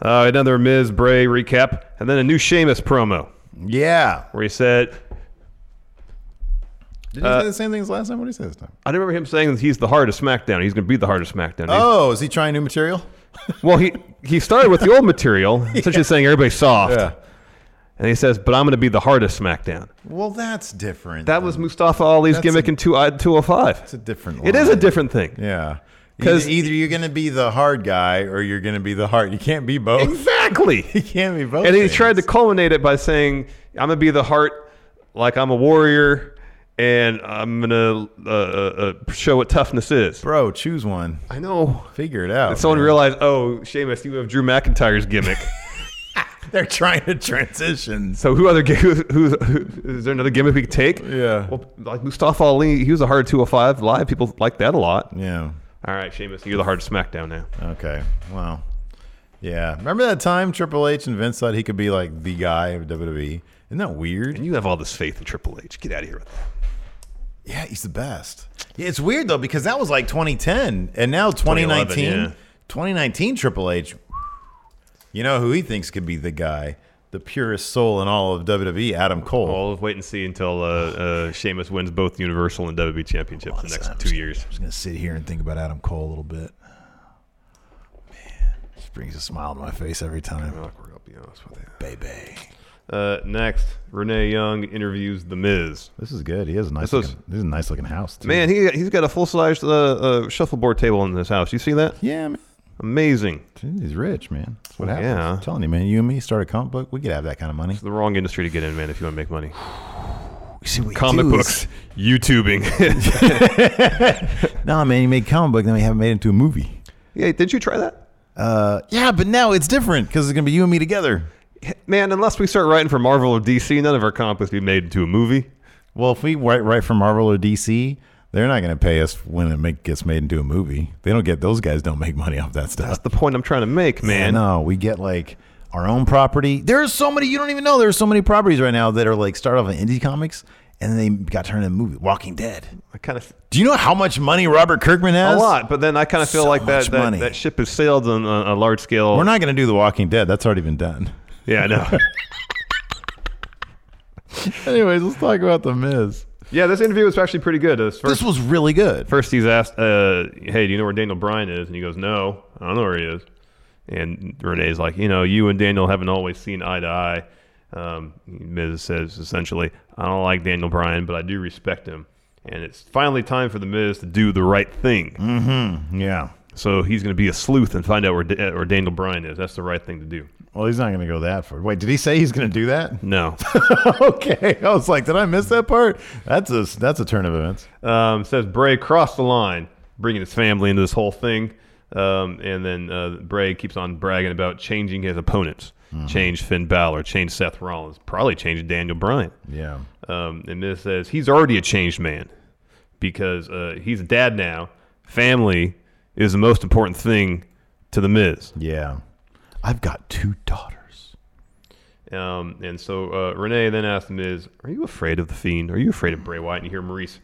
Speaker 2: Uh, another Ms. Bray recap, and then a new Sheamus promo
Speaker 1: Yeah.
Speaker 2: where he said,
Speaker 1: Did
Speaker 2: Uh,
Speaker 1: he say the same thing as last time? What did he say this time?
Speaker 2: I remember him saying that he's the heart of SmackDown. He's going to be the heart of SmackDown. He's-
Speaker 1: Oh, is he trying new material?
Speaker 2: Well, he he started with the old material, such as saying everybody's soft, and he says, "But I'm going to be the hardest SmackDown."
Speaker 1: Well, that's different.
Speaker 2: That was Mustafa
Speaker 1: Mm-hmm.
Speaker 2: Ali's
Speaker 1: That's
Speaker 2: gimmick
Speaker 1: a-
Speaker 2: in two, uh, 205.
Speaker 1: It's a different.
Speaker 2: It is a
Speaker 1: line.
Speaker 2: different thing.
Speaker 1: Yeah.
Speaker 2: 'Cause-
Speaker 1: Because either you're going to be the hard guy or you're going to be the hard. You can't be both.
Speaker 2: Exactly.
Speaker 1: You can't be both.
Speaker 2: and he
Speaker 1: things.
Speaker 2: tried to culminate it by saying, "I'm gonna be the heart, like I'm a warrior, and I'm gonna uh, uh, uh, show what toughness is."
Speaker 1: Bro, choose one.
Speaker 2: I know.
Speaker 1: Figure it out.
Speaker 2: And someone
Speaker 1: man.
Speaker 2: realized, "Oh, Sheamus, you have Drew McIntyre's gimmick."
Speaker 1: They're trying to transition.
Speaker 2: so who other gi- who's, who's, who, is there another gimmick we could take?
Speaker 1: Yeah.
Speaker 2: Well, like Mustafa Ali, he was a hard 205 live. People like that a lot.
Speaker 1: Yeah.
Speaker 2: All right, Sheamus, you're the hard SmackDown now.
Speaker 1: Okay. Wow. Yeah. Remember that time Triple H and Vince thought he could be like the guy of WWE? Isn't that weird?
Speaker 2: And you have all this faith in Triple H. Get out of here with that.
Speaker 1: Yeah, he's the best. Yeah, it's weird though because that was like 2010, and now 2019,
Speaker 2: 2011, yeah.
Speaker 1: 2019 Triple H. You know who he thinks could be the guy, the purest soul in all of WWE, Adam Cole.
Speaker 2: Well, we'll wait and see until uh, uh, Sheamus wins both Universal and WWE championships in the next two years.
Speaker 1: I'm just gonna sit here and think about Adam Cole a little bit. Man, just brings a smile to my face every time.
Speaker 2: Awkward, I'll be honest with you.
Speaker 1: Baby,
Speaker 2: Uh, next, Renee Young interviews The Miz.
Speaker 1: this is good. He has a nice.
Speaker 2: This is-
Speaker 1: looking, this is a nice looking house, too.
Speaker 2: Man, he, he's got a full size uh, uh, shuffleboard table in his house. You see that?
Speaker 1: Yeah, man.
Speaker 2: Amazing.
Speaker 1: Dude, He's rich, man. That's what
Speaker 2: Well,
Speaker 1: happens.
Speaker 2: yeah.
Speaker 1: I'm telling you, man. You and me start a comic book. We could have that kind of money.
Speaker 2: The wrong industry to get in, man, if you want to make money.
Speaker 1: See, we
Speaker 2: Comic
Speaker 1: do is-
Speaker 2: books, YouTubing.
Speaker 1: No, man, you made a comic book, then we haven't made it into a movie.
Speaker 2: yeah, did you try that?
Speaker 1: Uh, yeah, but now it's different because it's gonna be you and me together.
Speaker 2: Man, unless we start writing for Marvel or DC, none of our comic books be made into a movie.
Speaker 1: Well, if we write right for Marvel or DC, they're not gonna pay us when it make, gets made into a movie. They don't get those guys don't make money off that stuff.
Speaker 2: That's the point I'm trying to make, man.
Speaker 1: no, we get like our own property. There's so many you don't even know. There's so many properties right now that are like start off in indie comics and then they got turned into a movie. Walking Dead.
Speaker 2: I kind of
Speaker 1: Do you know how much money Robert Kirkman has?
Speaker 2: a lot, but then I kind of feel
Speaker 1: So
Speaker 2: like
Speaker 1: much
Speaker 2: that that,
Speaker 1: money.
Speaker 2: that ship has sailed on a, a large scale.
Speaker 1: We're not gonna do The Walking Dead. That's already been done.
Speaker 2: Yeah, I know.
Speaker 1: Anyways, let's talk about the Miz.
Speaker 2: yeah, this interview was actually pretty good. This
Speaker 1: This
Speaker 2: first,
Speaker 1: was really good.
Speaker 2: first he's asked, uh, "Hey, do you know where Daniel Bryan is?" And he goes, "No, I don't know where he is." And Renee's like, "You know, you and Daniel haven't always seen eye to eye." Um, Miz says essentially, "I don't like Daniel Bryan, but I do respect him." And it's finally time for the Miz to do the right thing.
Speaker 1: Yeah.
Speaker 2: So he's going to be a sleuth and find out where, Da- where Daniel Bryan is. That's the right thing to do.
Speaker 1: Well, he's not going to go that far. Wait, did he say he's going to do that?
Speaker 2: No.
Speaker 1: okay, I was like, did I miss that part? That's a that's a turn of events.
Speaker 2: Um, says Bray crossed the line, bringing his family into this whole thing. Um, and then uh, Bray keeps on bragging about changing his opponents. Change Finn Balor, change Seth Rollins, probably change Daniel Bryan.
Speaker 1: Yeah.
Speaker 2: Um, and Miz says he's already a changed man because uh, he's a dad now. Family is the most important thing to the Miz.
Speaker 1: Yeah. I've got two daughters.
Speaker 2: Um, and so uh, Renee then asked Miz, "Are you afraid of the Fiend? Are you afraid of Bray Wyatt?" And you hear Maurice,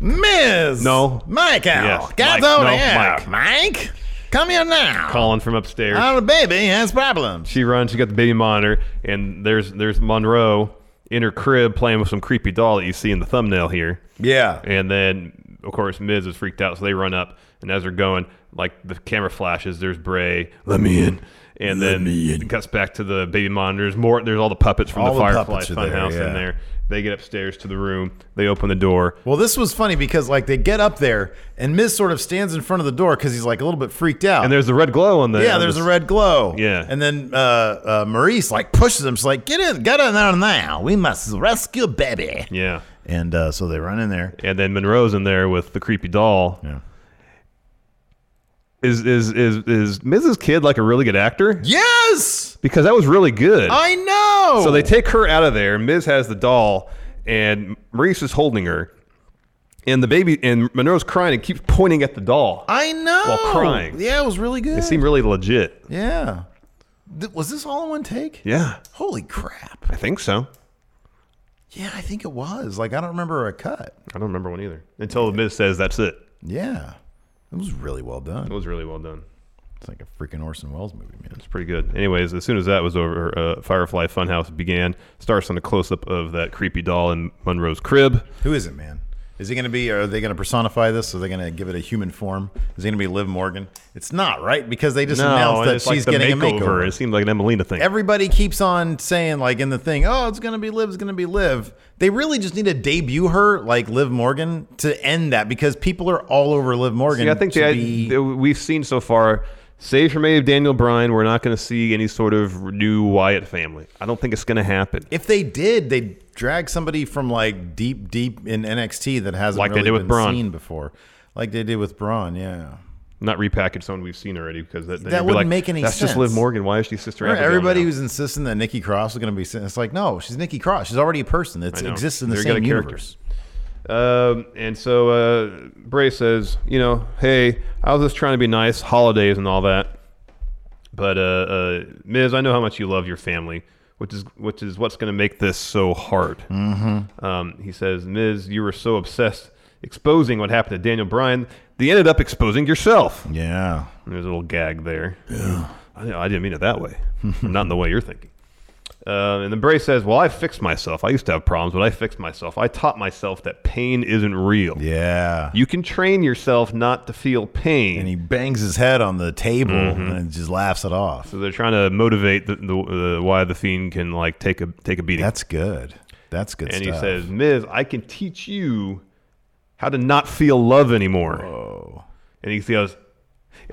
Speaker 1: Miz.
Speaker 2: No.
Speaker 1: Michael.
Speaker 2: Yes,
Speaker 1: God's
Speaker 2: Mike. No,
Speaker 1: Mike. Mike. Come here now.
Speaker 2: calling from upstairs.
Speaker 1: Our baby has problems.
Speaker 2: she runs. She got the baby monitor, and there's there's Monroe in her crib playing with some creepy doll that you see in the thumbnail here.
Speaker 1: Yeah.
Speaker 2: And then, of course, Miz is freaked out, so they run up. And as they're going, like the camera flashes, there's Bray. Let me in. And then it cuts back to the baby monitors. More, there's all the puppets from
Speaker 1: All
Speaker 2: the
Speaker 1: the
Speaker 2: Firefly
Speaker 1: puppets are there,
Speaker 2: Funhouse
Speaker 1: yeah.
Speaker 2: in there. They get upstairs to the room. They open the door.
Speaker 1: Well, this was funny because like they get up there and Miz sort of stands in front of the door because he's like a little bit freaked out.
Speaker 2: And there's the red glow on the.
Speaker 1: yeah,
Speaker 2: on
Speaker 1: there's
Speaker 2: the-
Speaker 1: a red glow.
Speaker 2: Yeah.
Speaker 1: and then uh, uh, Maurice like pushes him. She's like, "Get in, get in there now. We must rescue baby."
Speaker 2: Yeah.
Speaker 1: And uh, so they run in there.
Speaker 2: And then Monroe's in there with the creepy doll.
Speaker 1: Yeah.
Speaker 2: Is is is is Mrs. Kid like a really good actor?
Speaker 1: Yes,
Speaker 2: Because that was really good.
Speaker 1: I know.
Speaker 2: So they take her out of there. Miz has the doll, and Maurice is holding her. And the baby and Monroe's crying and keeps pointing at the doll.
Speaker 1: I know.
Speaker 2: While crying.
Speaker 1: Yeah, it was really good.
Speaker 2: It seemed really legit.
Speaker 1: yeah. Th- was this all in one take?
Speaker 2: Yeah,
Speaker 1: Holy crap.
Speaker 2: I think so.
Speaker 1: Yeah, I think it was. Like I don't remember a cut.
Speaker 2: I don't remember one either. Until Miz says that's it.
Speaker 1: Yeah. It was really well
Speaker 2: It
Speaker 1: done.
Speaker 2: was really well done.
Speaker 1: It's like a freaking Orson Welles movie, man.
Speaker 2: It's pretty good. Anyways, as soon as that was over, uh, Firefly Funhouse began. Starts on a close up of that creepy doll in Monroe's crib.
Speaker 1: Who is it, man? Is he going to be? Are they going to personify this? Are they going to give it a human form? Is he going to be Liv Morgan? It's not right because they just announced
Speaker 2: and
Speaker 1: that
Speaker 2: it's like
Speaker 1: she's
Speaker 2: the
Speaker 1: getting a makeover.
Speaker 2: It seemed like an Emelina thing.
Speaker 1: Everybody keeps on saying like in the thing, oh, it's going to be Liv. It's going to be Liv. They really just need to debut her like Liv Morgan to end that because people are all over Liv Morgan.
Speaker 2: See, I think
Speaker 1: to
Speaker 2: the,
Speaker 1: be-
Speaker 2: the- we've seen so far, save for maybe Daniel Bryan, we're not going to see any sort of new Wyatt family. I don't think it's going to happen.
Speaker 1: if they did, they'd drag somebody from like deep, deep in NXT that hasn't
Speaker 2: Like they
Speaker 1: really
Speaker 2: did with
Speaker 1: been
Speaker 2: Braun.
Speaker 1: seen before, like they did with Braun. Yeah.
Speaker 2: Not repackage someone we've seen already because that, then
Speaker 1: That
Speaker 2: you'd be
Speaker 1: wouldn't
Speaker 2: like,
Speaker 1: make any
Speaker 2: That's just
Speaker 1: sense.
Speaker 2: Liv Morgan. Why is she sister?
Speaker 1: Remember,
Speaker 2: Abigail
Speaker 1: everybody
Speaker 2: now?
Speaker 1: was insisting that Nikki Cross was going to be sent. It's like, no, she's Nikki Cross. She's already a person. It
Speaker 2: I know.
Speaker 1: exists in the
Speaker 2: They're
Speaker 1: same
Speaker 2: gonna
Speaker 1: universe.
Speaker 2: characters. Um, and so uh, Bray says, you know, hey, I was just trying to be nice, holidays and all that. But uh, uh, Miz, I know how much you love your family, which is which is what's going to make this so hard. Mm-hmm. Um, he says, Miz, you were so obsessed exposing what happened to Daniel Bryan, that you ended up exposing yourself.
Speaker 1: Yeah.
Speaker 2: And There's a little gag there. I, didn't- I didn't mean it that way. Not in the way you're thinking. Uh, and then Bray says, Well, I fixed myself. I used to have problems, but I fixed myself. I taught myself that pain isn't real.
Speaker 1: Yeah.
Speaker 2: You can train yourself not to feel pain.
Speaker 1: And he bangs his head on the table
Speaker 2: Mm-hmm.
Speaker 1: and just laughs it off.
Speaker 2: so they're trying to motivate the, the, uh, why the fiend can like take a take a beating.
Speaker 1: That's good. That's good
Speaker 2: and
Speaker 1: stuff.
Speaker 2: he says, Miz, I can teach you how to not feel love anymore. And he goes,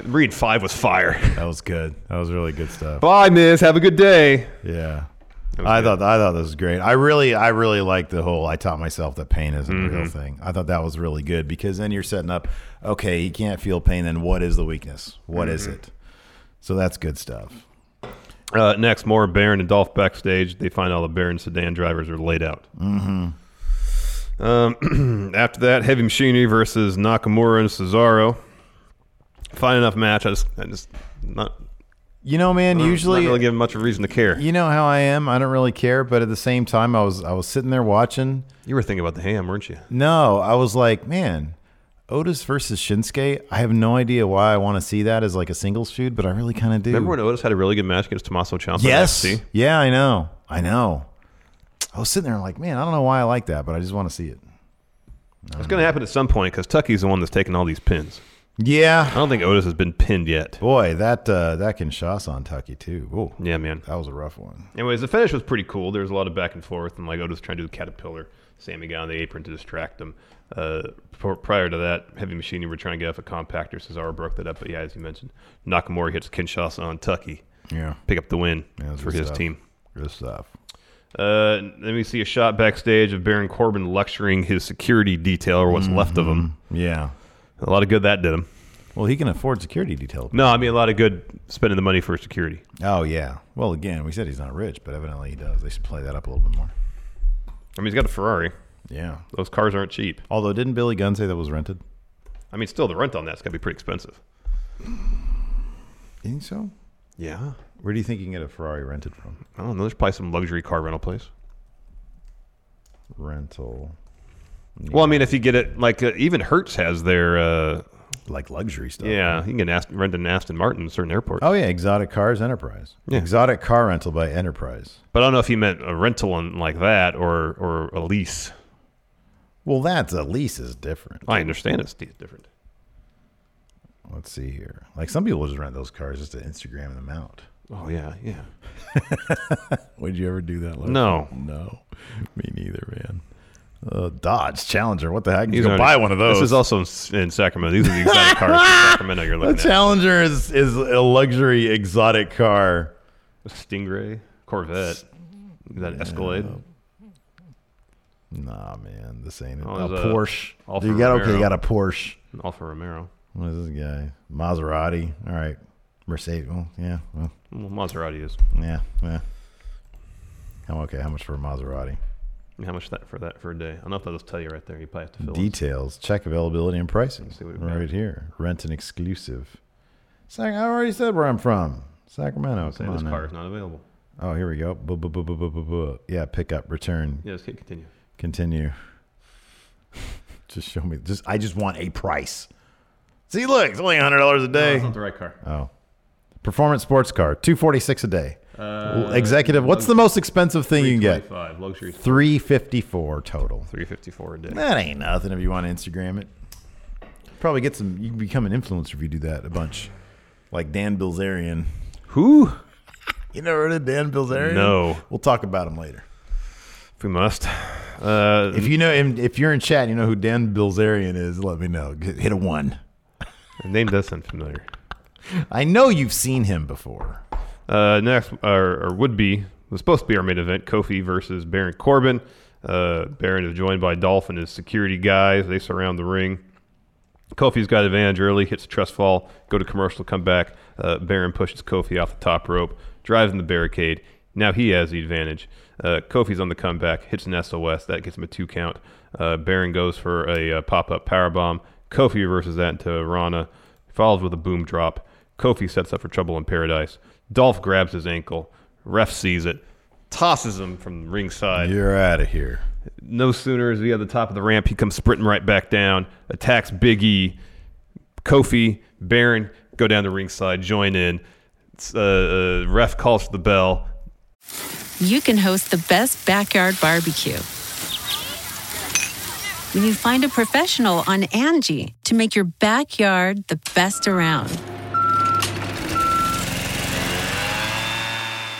Speaker 2: Read five was fire.
Speaker 1: that was good. That was really good stuff.
Speaker 2: Bye, Miz. Have a good day.
Speaker 1: Yeah. I thought I thought this was great. I really I really like the whole I taught myself that pain isn't a
Speaker 2: Mm-hmm.
Speaker 1: real thing. I thought that was really good because then you're setting up okay, you can't feel pain then what is the weakness? What
Speaker 2: Mm-hmm.
Speaker 1: is it? So that's good stuff.
Speaker 2: Uh, next, more Baron and Dolph backstage. They find all the Baron sedan drivers are laid out. Mm-hmm. Um, after that, Heavy Machinery versus Nakamura and Cesaro. Fine enough match. I just, I just not,
Speaker 1: You know man,
Speaker 2: usually
Speaker 1: usually
Speaker 2: not really giving much of a reason to care.
Speaker 1: you know how I am. I don't really care, but at the same time I was I was sitting there watching
Speaker 2: You were thinking about the ham, weren't you?
Speaker 1: No, I was like, man, Otis versus Shinsuke. I have no idea why I want to see that as like a singles feud, but I really kind of do.
Speaker 2: Remember when Otis had a really good match against Tommaso Ciampa? in
Speaker 1: yes.
Speaker 2: NXT?
Speaker 1: Yeah, I know. I know. I was sitting there like, man, I don't know why I like that, but I just want to see it.
Speaker 2: it's going to happen at some point because Tucky's the one that's taking all these pins. I
Speaker 1: Yeah.
Speaker 2: don't think Otis has been pinned yet.
Speaker 1: Boy, that uh, that can shots on Tucky too. Oh,
Speaker 2: Yeah, man.
Speaker 1: that was a rough one.
Speaker 2: Anyways, the finish was pretty cool. There was a lot of back and forth, and like Otis trying to do the caterpillar. Sammy got on the apron to distract him. Uh, por- prior to that, Heavy Machinery were trying to get off a compactor. Cesaro broke that up, but yeah, as you mentioned, Nakamura hits Kinshasa on Tucky,
Speaker 1: Yeah.
Speaker 2: pick up the win
Speaker 1: Yeah, that's
Speaker 2: for
Speaker 1: good
Speaker 2: his
Speaker 1: stuff.
Speaker 2: team.
Speaker 1: Good stuff.
Speaker 2: Uh, then we see a shot backstage of Baron Corbin lecturing his security detail or what's left of him.
Speaker 1: Yeah.
Speaker 2: A lot of good that did him.
Speaker 1: Well, he can afford security detail.
Speaker 2: No, I mean a lot of good spending the money for security.
Speaker 1: Oh yeah. Well, again, we said he's not rich, but evidently he does. They should play that up a little bit more.
Speaker 2: I mean he's got a Ferrari.
Speaker 1: Yeah.
Speaker 2: Those cars aren't cheap.
Speaker 1: Although, didn't Billy Gunn say that was rented?
Speaker 2: I mean, still the rent on that's got to be pretty expensive.
Speaker 1: You think so?
Speaker 2: Yeah.
Speaker 1: Where do you think you can get a Ferrari rented from?
Speaker 2: I don't know. There's probably some luxury car rental place.
Speaker 1: Rental,
Speaker 2: Well, I mean, if you get it, like uh, even Hertz has their, uh,
Speaker 1: like luxury stuff.
Speaker 2: yeah, you can get an Aston, rent an Aston Martin in certain airports.
Speaker 1: Oh yeah, Exotic Cars Enterprise.
Speaker 2: Yeah.
Speaker 1: Exotic Car Rental by Enterprise.
Speaker 2: But I don't know if he meant a rental on like that or or a lease.
Speaker 1: Well, that's a lease is different.
Speaker 2: I understand it's di- different.
Speaker 1: Let's see here. Like some people just rent those cars just to Instagram them out.
Speaker 2: Oh yeah, yeah.
Speaker 1: Would you ever do that? Larry?
Speaker 2: No.
Speaker 1: no, me neither, man. Uh, Dodge Challenger. What the heck? You
Speaker 2: These
Speaker 1: can
Speaker 2: aren't-
Speaker 1: buy one of those.
Speaker 2: This is also in S- in Sacramento. These are the exact cars in Sacramento you're
Speaker 1: a
Speaker 2: looking at.
Speaker 1: Challenger is is a luxury exotic car.
Speaker 2: Stingray, Corvette, Is that Escalade.
Speaker 1: Nah, man, this ain't it.
Speaker 2: Oh,
Speaker 1: a
Speaker 2: there's a
Speaker 1: Porsche.
Speaker 2: Alfa
Speaker 1: You got okay. You
Speaker 2: Romeo.
Speaker 1: got a Porsche.
Speaker 2: Alfa Romero,
Speaker 1: What is this guy? Maserati. All right, Mercedes. Well, yeah. Well,
Speaker 2: well, Maserati is.
Speaker 1: yeah. Yeah. How okay? How much for a Maserati?
Speaker 2: How much that for that for a day? I don't know if that'll tell you right there. You probably have to fill. it.
Speaker 1: Details. Check availability and pricing.
Speaker 2: see what we've got.
Speaker 1: right here. Rent an exclusive. Sac- I already said where I'm from. Sacramento.
Speaker 2: Say
Speaker 1: Come
Speaker 2: this
Speaker 1: on
Speaker 2: car
Speaker 1: now.
Speaker 2: is not available.
Speaker 1: Oh, here we go. Bu- bu- bu- bu- bu- bu- bu- Yeah, pick up, return,
Speaker 2: Yeah, just keep continue.
Speaker 1: continue. just show me. Just I just want a price. See, look, it's only hundred dollars a
Speaker 2: Hey,
Speaker 1: day.
Speaker 2: it's not the right car.
Speaker 1: Oh. Performance sports car, 246 a day. Executive, what's the most expensive thing you can get?
Speaker 2: 325, luxury.
Speaker 1: 354 total.
Speaker 2: Three fifty four a day.
Speaker 1: That ain't nothing if you want to Instagram it. Probably get some you can become an influencer if you do that a bunch. Like Dan Bilzerian.
Speaker 2: Who?
Speaker 1: You never heard of Dan Bilzerian?
Speaker 2: No.
Speaker 1: We'll talk about him later.
Speaker 2: If we must. Uh,
Speaker 1: If you know him, if you're in chat, and you know who Dan Bilzerian is, let me know. G- Hit a 1.
Speaker 2: the name does sound familiar.
Speaker 1: I know you've seen him before.
Speaker 2: Uh, next, or, or would be, was supposed to be our main event Kofi versus Baron Corbin. Uh, Baron is joined by Dolph and his security guys. They surround the ring. Kofi's got advantage early, hits a trust fall, go to commercial, come back. Uh, Baron pushes Kofi off the top rope, drives in the barricade. Now he has the advantage. Uh, Kofi's on the comeback, hits an SOS. That gets him a two count. Uh, Baron goes for a, uh pop up power bomb. Kofi reverses that into a Rana, follows with a boom drop. Kofi sets up for trouble in paradise. Dolph grabs his ankle. Ref sees it, tosses him from ringside.
Speaker 1: Uh, You're out of here.
Speaker 2: No sooner is he at the top of the ramp, he comes sprinting right back down, attacks Big E, Kofi, Baron, go down the ringside, join in. It's, uh, uh, ref calls for the bell.
Speaker 4: you can host the best backyard barbecue. When you find a professional on Angie to make your backyard the best around.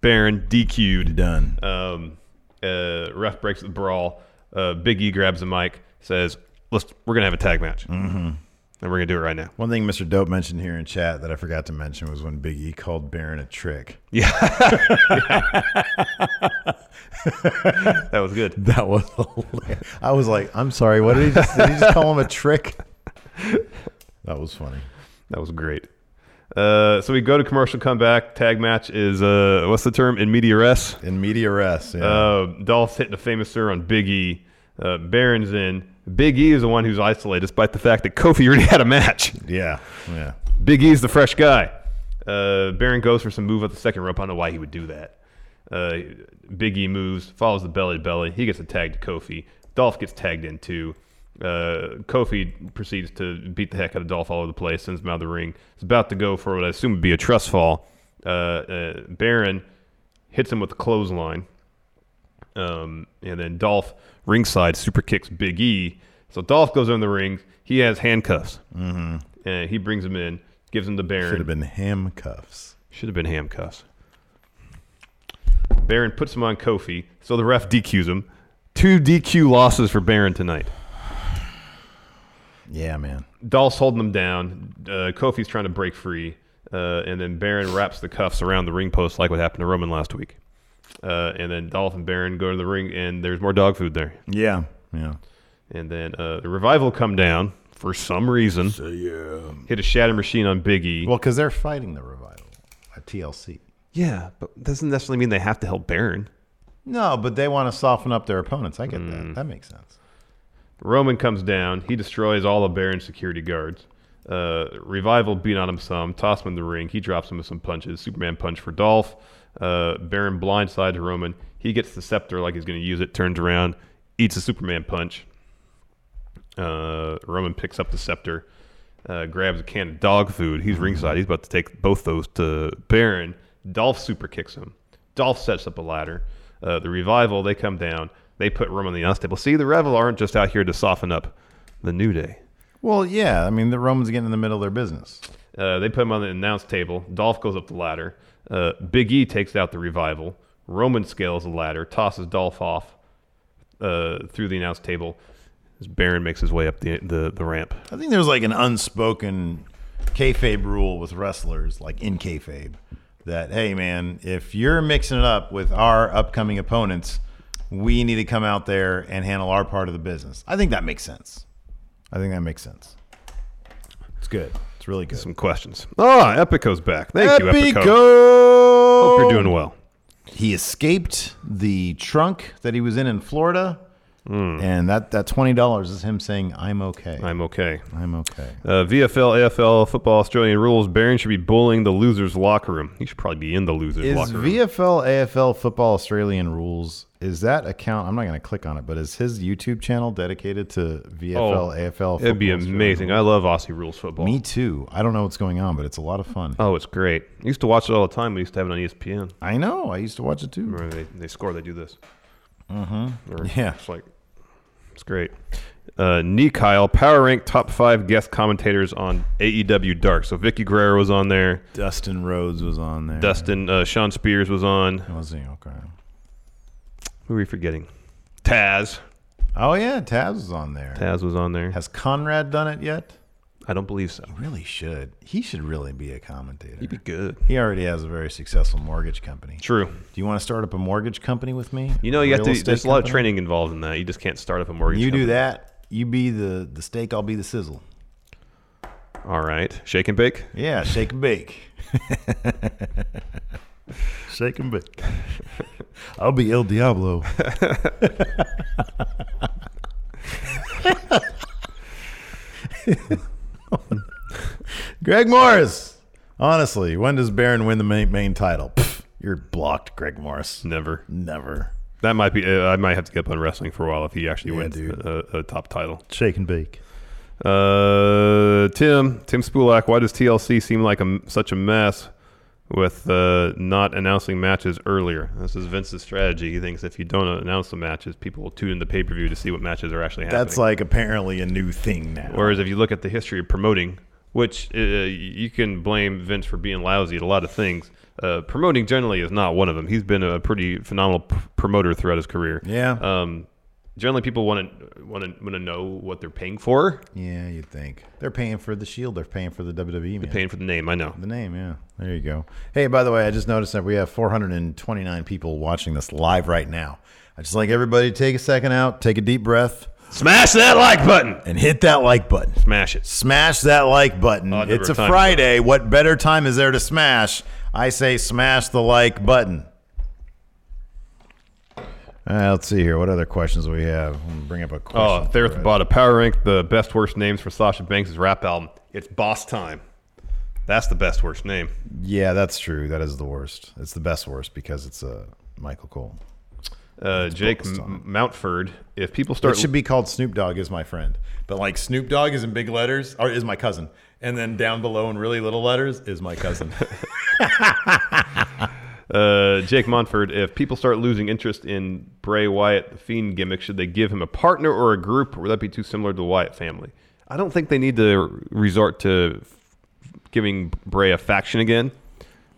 Speaker 2: Baron DQ'd.
Speaker 1: Done.
Speaker 2: Um, uh, ref breaks the brawl. Uh, Big E grabs the mic, says, Let's, we're going to have a tag match. Mm-hmm. And we're going to do it right now.
Speaker 1: One thing Mr. Dope mentioned here in chat that I forgot to mention was when Big E called Baron a trick.
Speaker 2: That was good.
Speaker 1: That was hilarious. I was like, I'm sorry, what did he just did he just call him a trick? That was funny.
Speaker 2: That was great. Uh, so we go to commercial comeback. Tag match is, uh, what's the term? In media res?
Speaker 1: In media res, yeah.
Speaker 2: Uh, Dolph's hitting a famous serve on Big E. Uh, Baron's in. Big E is the one who's isolated, despite the fact that Kofi already had a match.
Speaker 1: yeah. Yeah.
Speaker 2: Big E's the fresh guy. Uh, Baron goes for some move up the second rope. I don't know why he would do that. Uh, Big E moves, follows the belly to belly. He gets a tag to Kofi. Dolph gets tagged in too. Uh, Kofi proceeds to beat the heck out of Dolph all over the place, sends him out of the ring. He's about to go for what I assume would be a trust fall. Uh, uh, Baron hits him with the clothesline. Um, and then Dolph ringside super kicks Big E. So Dolph goes in the ring. He has handcuffs. Mm-hmm. And he brings him in. gives him the Baron.
Speaker 1: Should have been handcuffs.
Speaker 2: Should have been handcuffs. Baron puts him on Kofi, so the ref DQs him. Two DQ losses for Baron tonight.
Speaker 1: Yeah, man.
Speaker 2: Dolph's holding him down. Uh, Kofi's trying to break free, uh, and then Baron wraps the cuffs around the ring post like what happened to Roman last week. Uh, and then Dolph and Baron go to the ring, and there's more dog food there.
Speaker 1: Yeah, yeah.
Speaker 2: And then uh, the revival come down for some reason.
Speaker 1: yeah.
Speaker 2: Hit a shatter machine on E. Biggie.
Speaker 1: Well, because they're fighting the revival at TLC.
Speaker 2: yeah, but doesn't necessarily mean they have to help Baron.
Speaker 1: No, but they want to soften up their opponents. I get that. That makes sense.
Speaker 2: Roman comes down. He destroys all of Baron's security guards. Uh, Revival beat on him some, toss him in the ring. He drops him with some punches. Superman punch for Dolph. Uh, Baron blindsides Roman. He gets the scepter like he's going to use it, turns around, eats a Superman punch. Uh, Roman picks up the scepter, uh, grabs a can of dog food. He's ringside. He's about to take both those to Baron. Dolph super kicks him. Dolph sets up a ladder. Uh, the revival, they come down. They put Roman in the unstable. See, the Revel aren't just out here to soften up the New Day.
Speaker 1: Well, yeah. I mean, the Romans getting in the middle of their business.
Speaker 2: Uh, they put him on the announce table. Dolph goes up the ladder. Uh, Big E takes out the revival. Roman scales the ladder, tosses Dolph off uh, through the announce table. As Baron makes his way up the, the, the ramp.
Speaker 1: I think there's like an unspoken kayfabe rule with wrestlers, like in kayfabe, that hey, man, if you're mixing it up with our upcoming opponents, we need to come out there and handle our part of the business. I think that makes sense. I think that makes sense. It's good. It's really good.
Speaker 2: Some questions. Ah, Epico's back. Thank you, Epico. Hope you're doing well.
Speaker 1: He escaped the trunk that he was in in Florida, and that that twenty dollars is him saying, "I'm okay.
Speaker 2: Hmm. I'm okay.
Speaker 1: I'm okay."
Speaker 2: Uh, VFL, AFL, Football Australian rules. Baron should be bullying the losers' locker room. He should probably be in the losers'
Speaker 1: Is
Speaker 2: locker room.
Speaker 1: VFL AFL Football Australian Rules is that account? I'm not going to click on it, but is his YouTube channel dedicated to VFL AFL?
Speaker 2: Oh, It'd be
Speaker 1: Football Australian
Speaker 2: amazing. I love Aussie rules football.
Speaker 1: Rules? Me too. I don't know what's going on, but it's a lot of fun.
Speaker 2: Oh, it's great. I used to watch it all the time. We used to have it on E ESPN.
Speaker 1: I know. I used to watch it too.
Speaker 2: Remember They, they score, they do this. Mm-hmm.
Speaker 1: Yeah.
Speaker 2: It's like, it's great. Uh, Nee Kyle, power rank top five guest commentators on AEW Dark. So Vicky Guerrero was on there.
Speaker 1: Dustin Rhodes was on there.
Speaker 2: Dustin, uh, Sean Spears was on.
Speaker 1: Was he okay?
Speaker 2: Who are we forgetting? Taz.
Speaker 1: Oh yeah, Taz was on there.
Speaker 2: Taz was on there.
Speaker 1: Has Conrad done it yet?
Speaker 2: I don't believe so.
Speaker 1: Really should. He should really be a commentator.
Speaker 2: He'd be good.
Speaker 1: He already has a very successful mortgage company.
Speaker 2: True.
Speaker 1: Do you want to start up a mortgage company with me?
Speaker 2: You know, you
Speaker 1: Real
Speaker 2: have to.
Speaker 1: estate
Speaker 2: There's a lot of
Speaker 1: company?
Speaker 2: training involved in that. You just can't start up a mortgage.
Speaker 1: You do
Speaker 2: company.
Speaker 1: that, you be the the steak, I'll be the sizzle.
Speaker 2: All right. Shake and bake.
Speaker 1: Yeah, shake and bake. shake and bake. I'll be El Diablo. Greg Morris. Honestly, when does Baron win the main, main title? Pff, you're blocked, Greg Morris.
Speaker 2: Never.
Speaker 1: Never.
Speaker 2: That might be. Uh, I might have to get up on wrestling for a while if he actually
Speaker 1: Yeah,
Speaker 2: wins
Speaker 1: dude.
Speaker 2: a, a top title.
Speaker 1: Shake and bake.
Speaker 2: Uh, Tim, Tim Spulak, why does TLC seem like a m such a mess with uh, not announcing matches earlier? This is Vince's strategy. He thinks if you don't announce the matches, people will tune in the pay per view to see what matches are actually happening.
Speaker 1: That's like apparently a new thing now.
Speaker 2: Whereas if you look at the history of promoting, which uh, you can blame Vince for being lousy at a lot of things, uh, promoting generally is not one of them. He's been a pretty phenomenal p- promoter throughout his career.
Speaker 1: Yeah.
Speaker 2: Um, generally, people want to want to want to know what they're paying for.
Speaker 1: Yeah, you'd think. They're paying for the Shield. They're paying for the WWE, man.
Speaker 2: Paying for the name, I know.
Speaker 1: the name, yeah. There you go. Hey, by the way, I just noticed that we have 429 people watching this live right now. I just like everybody to take a second out, take a deep breath,
Speaker 2: Smash that like button.
Speaker 1: and hit that like button.
Speaker 2: Smash it.
Speaker 1: Smash that like button.
Speaker 2: Odd number
Speaker 1: it's a
Speaker 2: of times.
Speaker 1: Friday. What better time is there to smash? I say smash the like button. Uh, let's see here. What other questions do we have? I'm gonna bring up a
Speaker 2: Oh,
Speaker 1: question.
Speaker 2: Therith
Speaker 1: thread.
Speaker 2: bought a power rank. The best worst names for Sasha Banks' rap album. It's Boss Time. That's the best worst name.
Speaker 1: Yeah, that's true. That is the worst. It's the best worst because it's uh, Michael Cole.
Speaker 2: Uh, Jake
Speaker 1: Boss
Speaker 2: M- Mountford. If people start,
Speaker 1: it should be called Snoop Dogg is my friend. But like Snoop Dogg is in big letters, or is my cousin. And then down below in really little letters is my cousin.
Speaker 2: Uh, Jake Monford, if people start losing interest in Bray Wyatt, the Fiend gimmick, should they give him a partner or a group, or would that be too similar to the Wyatt family? I don't think they need to resort to f- giving Bray a faction again,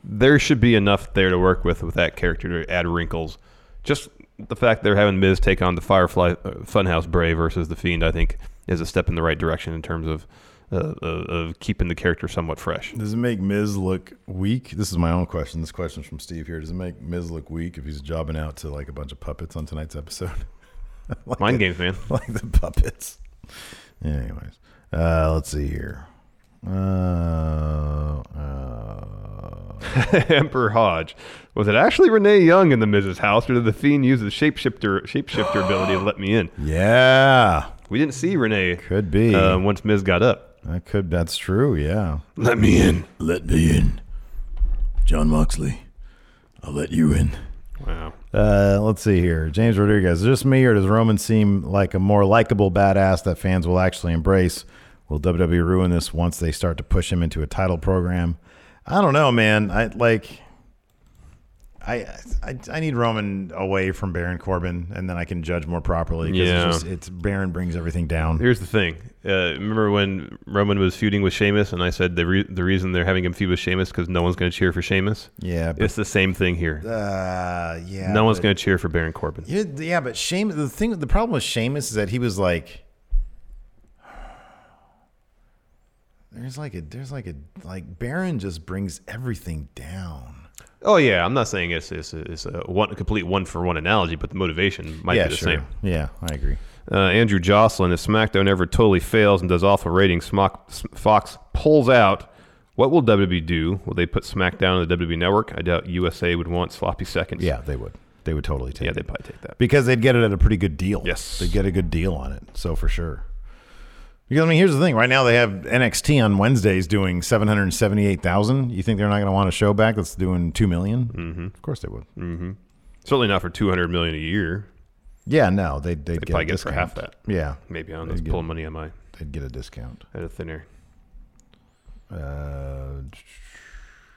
Speaker 2: there should be enough there to work with with that character to add wrinkles. Just the fact they're having Miz take on the Firefly uh, Funhouse Bray versus the Fiend, I think, is a step in the right direction in terms of uh, uh, of keeping the character somewhat fresh.
Speaker 1: Does it make Miz look weak? This is my own question. This question's from Steve here. Does it make Miz look weak if he's jobbing out to like a bunch of puppets on tonight's episode? like
Speaker 2: Mind
Speaker 1: the-
Speaker 2: games, man.
Speaker 1: Like the puppets. Anyways, uh, let's see here. Uh, uh,
Speaker 2: Emperor Hodge. Was it actually Renee Young in the Miz's house, or did the Fiend use the shapeshifter shapeshifter ability to let me in?
Speaker 1: yeah,
Speaker 2: We didn't see Renee
Speaker 1: could be.
Speaker 2: uh, once Miz got up.
Speaker 1: that could. That's true. Yeah.
Speaker 2: Let me in.
Speaker 1: Let me in, John Moxley. I'll let you in.
Speaker 2: Wow.
Speaker 1: Uh, let's see here. James Rodriguez, is it just me or does Roman seem like a more likable badass that fans will actually embrace? Will WWE ruin this once they start to push him into a title program? I don't know, man. I like I I, I need Roman away from Baron Corbin and then I can judge more properly 'cause
Speaker 2: Yeah.
Speaker 1: it's just it's Baron brings everything down.
Speaker 2: Here's the thing. Uh, remember when Roman was feuding with Sheamus, and I said the re- the reason they're having him feud with Sheamus because no one's going to cheer for Sheamus.
Speaker 1: Yeah, but
Speaker 2: It's the same thing here.
Speaker 1: uh, yeah.
Speaker 2: no one's
Speaker 1: but-
Speaker 2: going to cheer for Baron Corbin.
Speaker 1: Yeah, yeah, but Seamus. The thing, the problem with Seamus is that he was like, there's like a, there's like a, like Baron just brings everything down.
Speaker 2: Oh yeah, I'm not saying it's it's, it's a one a complete one for one analogy, but the motivation might
Speaker 1: yeah,
Speaker 2: be the
Speaker 1: sure.
Speaker 2: same.
Speaker 1: Yeah, I agree.
Speaker 2: Uh, Andrew Jocelyn, if SmackDown ever totally fails and does awful ratings, Smock, S- Fox pulls out. What will WWE do? Will they put SmackDown on the WWE network? I doubt USA would want sloppy seconds.
Speaker 1: Yeah, they would. They would totally take.
Speaker 2: yeah,
Speaker 1: it.
Speaker 2: they'd probably take that.
Speaker 1: because they'd get it at a pretty good deal.
Speaker 2: Yes.
Speaker 1: they'd get a good deal on it. So for sure. Because I mean, here's the thing. Right now, they have NXT on Wednesdays doing seven hundred seventy-eight thousand. You think they're not going to want a show back that's doing two Mm-hmm. Of course they would.
Speaker 2: Certainly not for 200 million a year.
Speaker 1: Yeah, no, they they'd get
Speaker 2: probably
Speaker 1: a
Speaker 2: get it for
Speaker 1: discount.
Speaker 2: half that.
Speaker 1: Yeah,
Speaker 2: Maybe I don't
Speaker 1: They'd
Speaker 2: know.
Speaker 1: get-
Speaker 2: Pulling money on my
Speaker 1: they'd get a discount.
Speaker 2: out of thin air.
Speaker 1: Uh,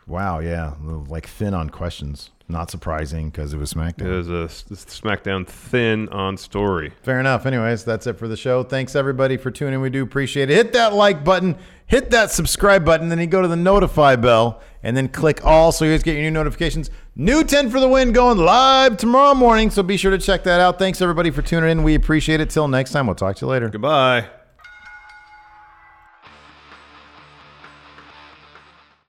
Speaker 1: wow, yeah, like thin on questions. Not surprising because it was
Speaker 2: It
Speaker 1: SmackDown.
Speaker 2: was a s- SmackDown thin on story.
Speaker 1: Fair enough. Anyways, that's it for the show. Thanks everybody for tuning in. We do appreciate it. Hit that like button, hit that subscribe button, then you go to the notify bell and then click all so you guys get your new notifications. New 10 for the win going live tomorrow morning. So be sure to check that out. Thanks everybody for tuning in. We appreciate it. Till next time, we'll talk to you later.
Speaker 2: Goodbye.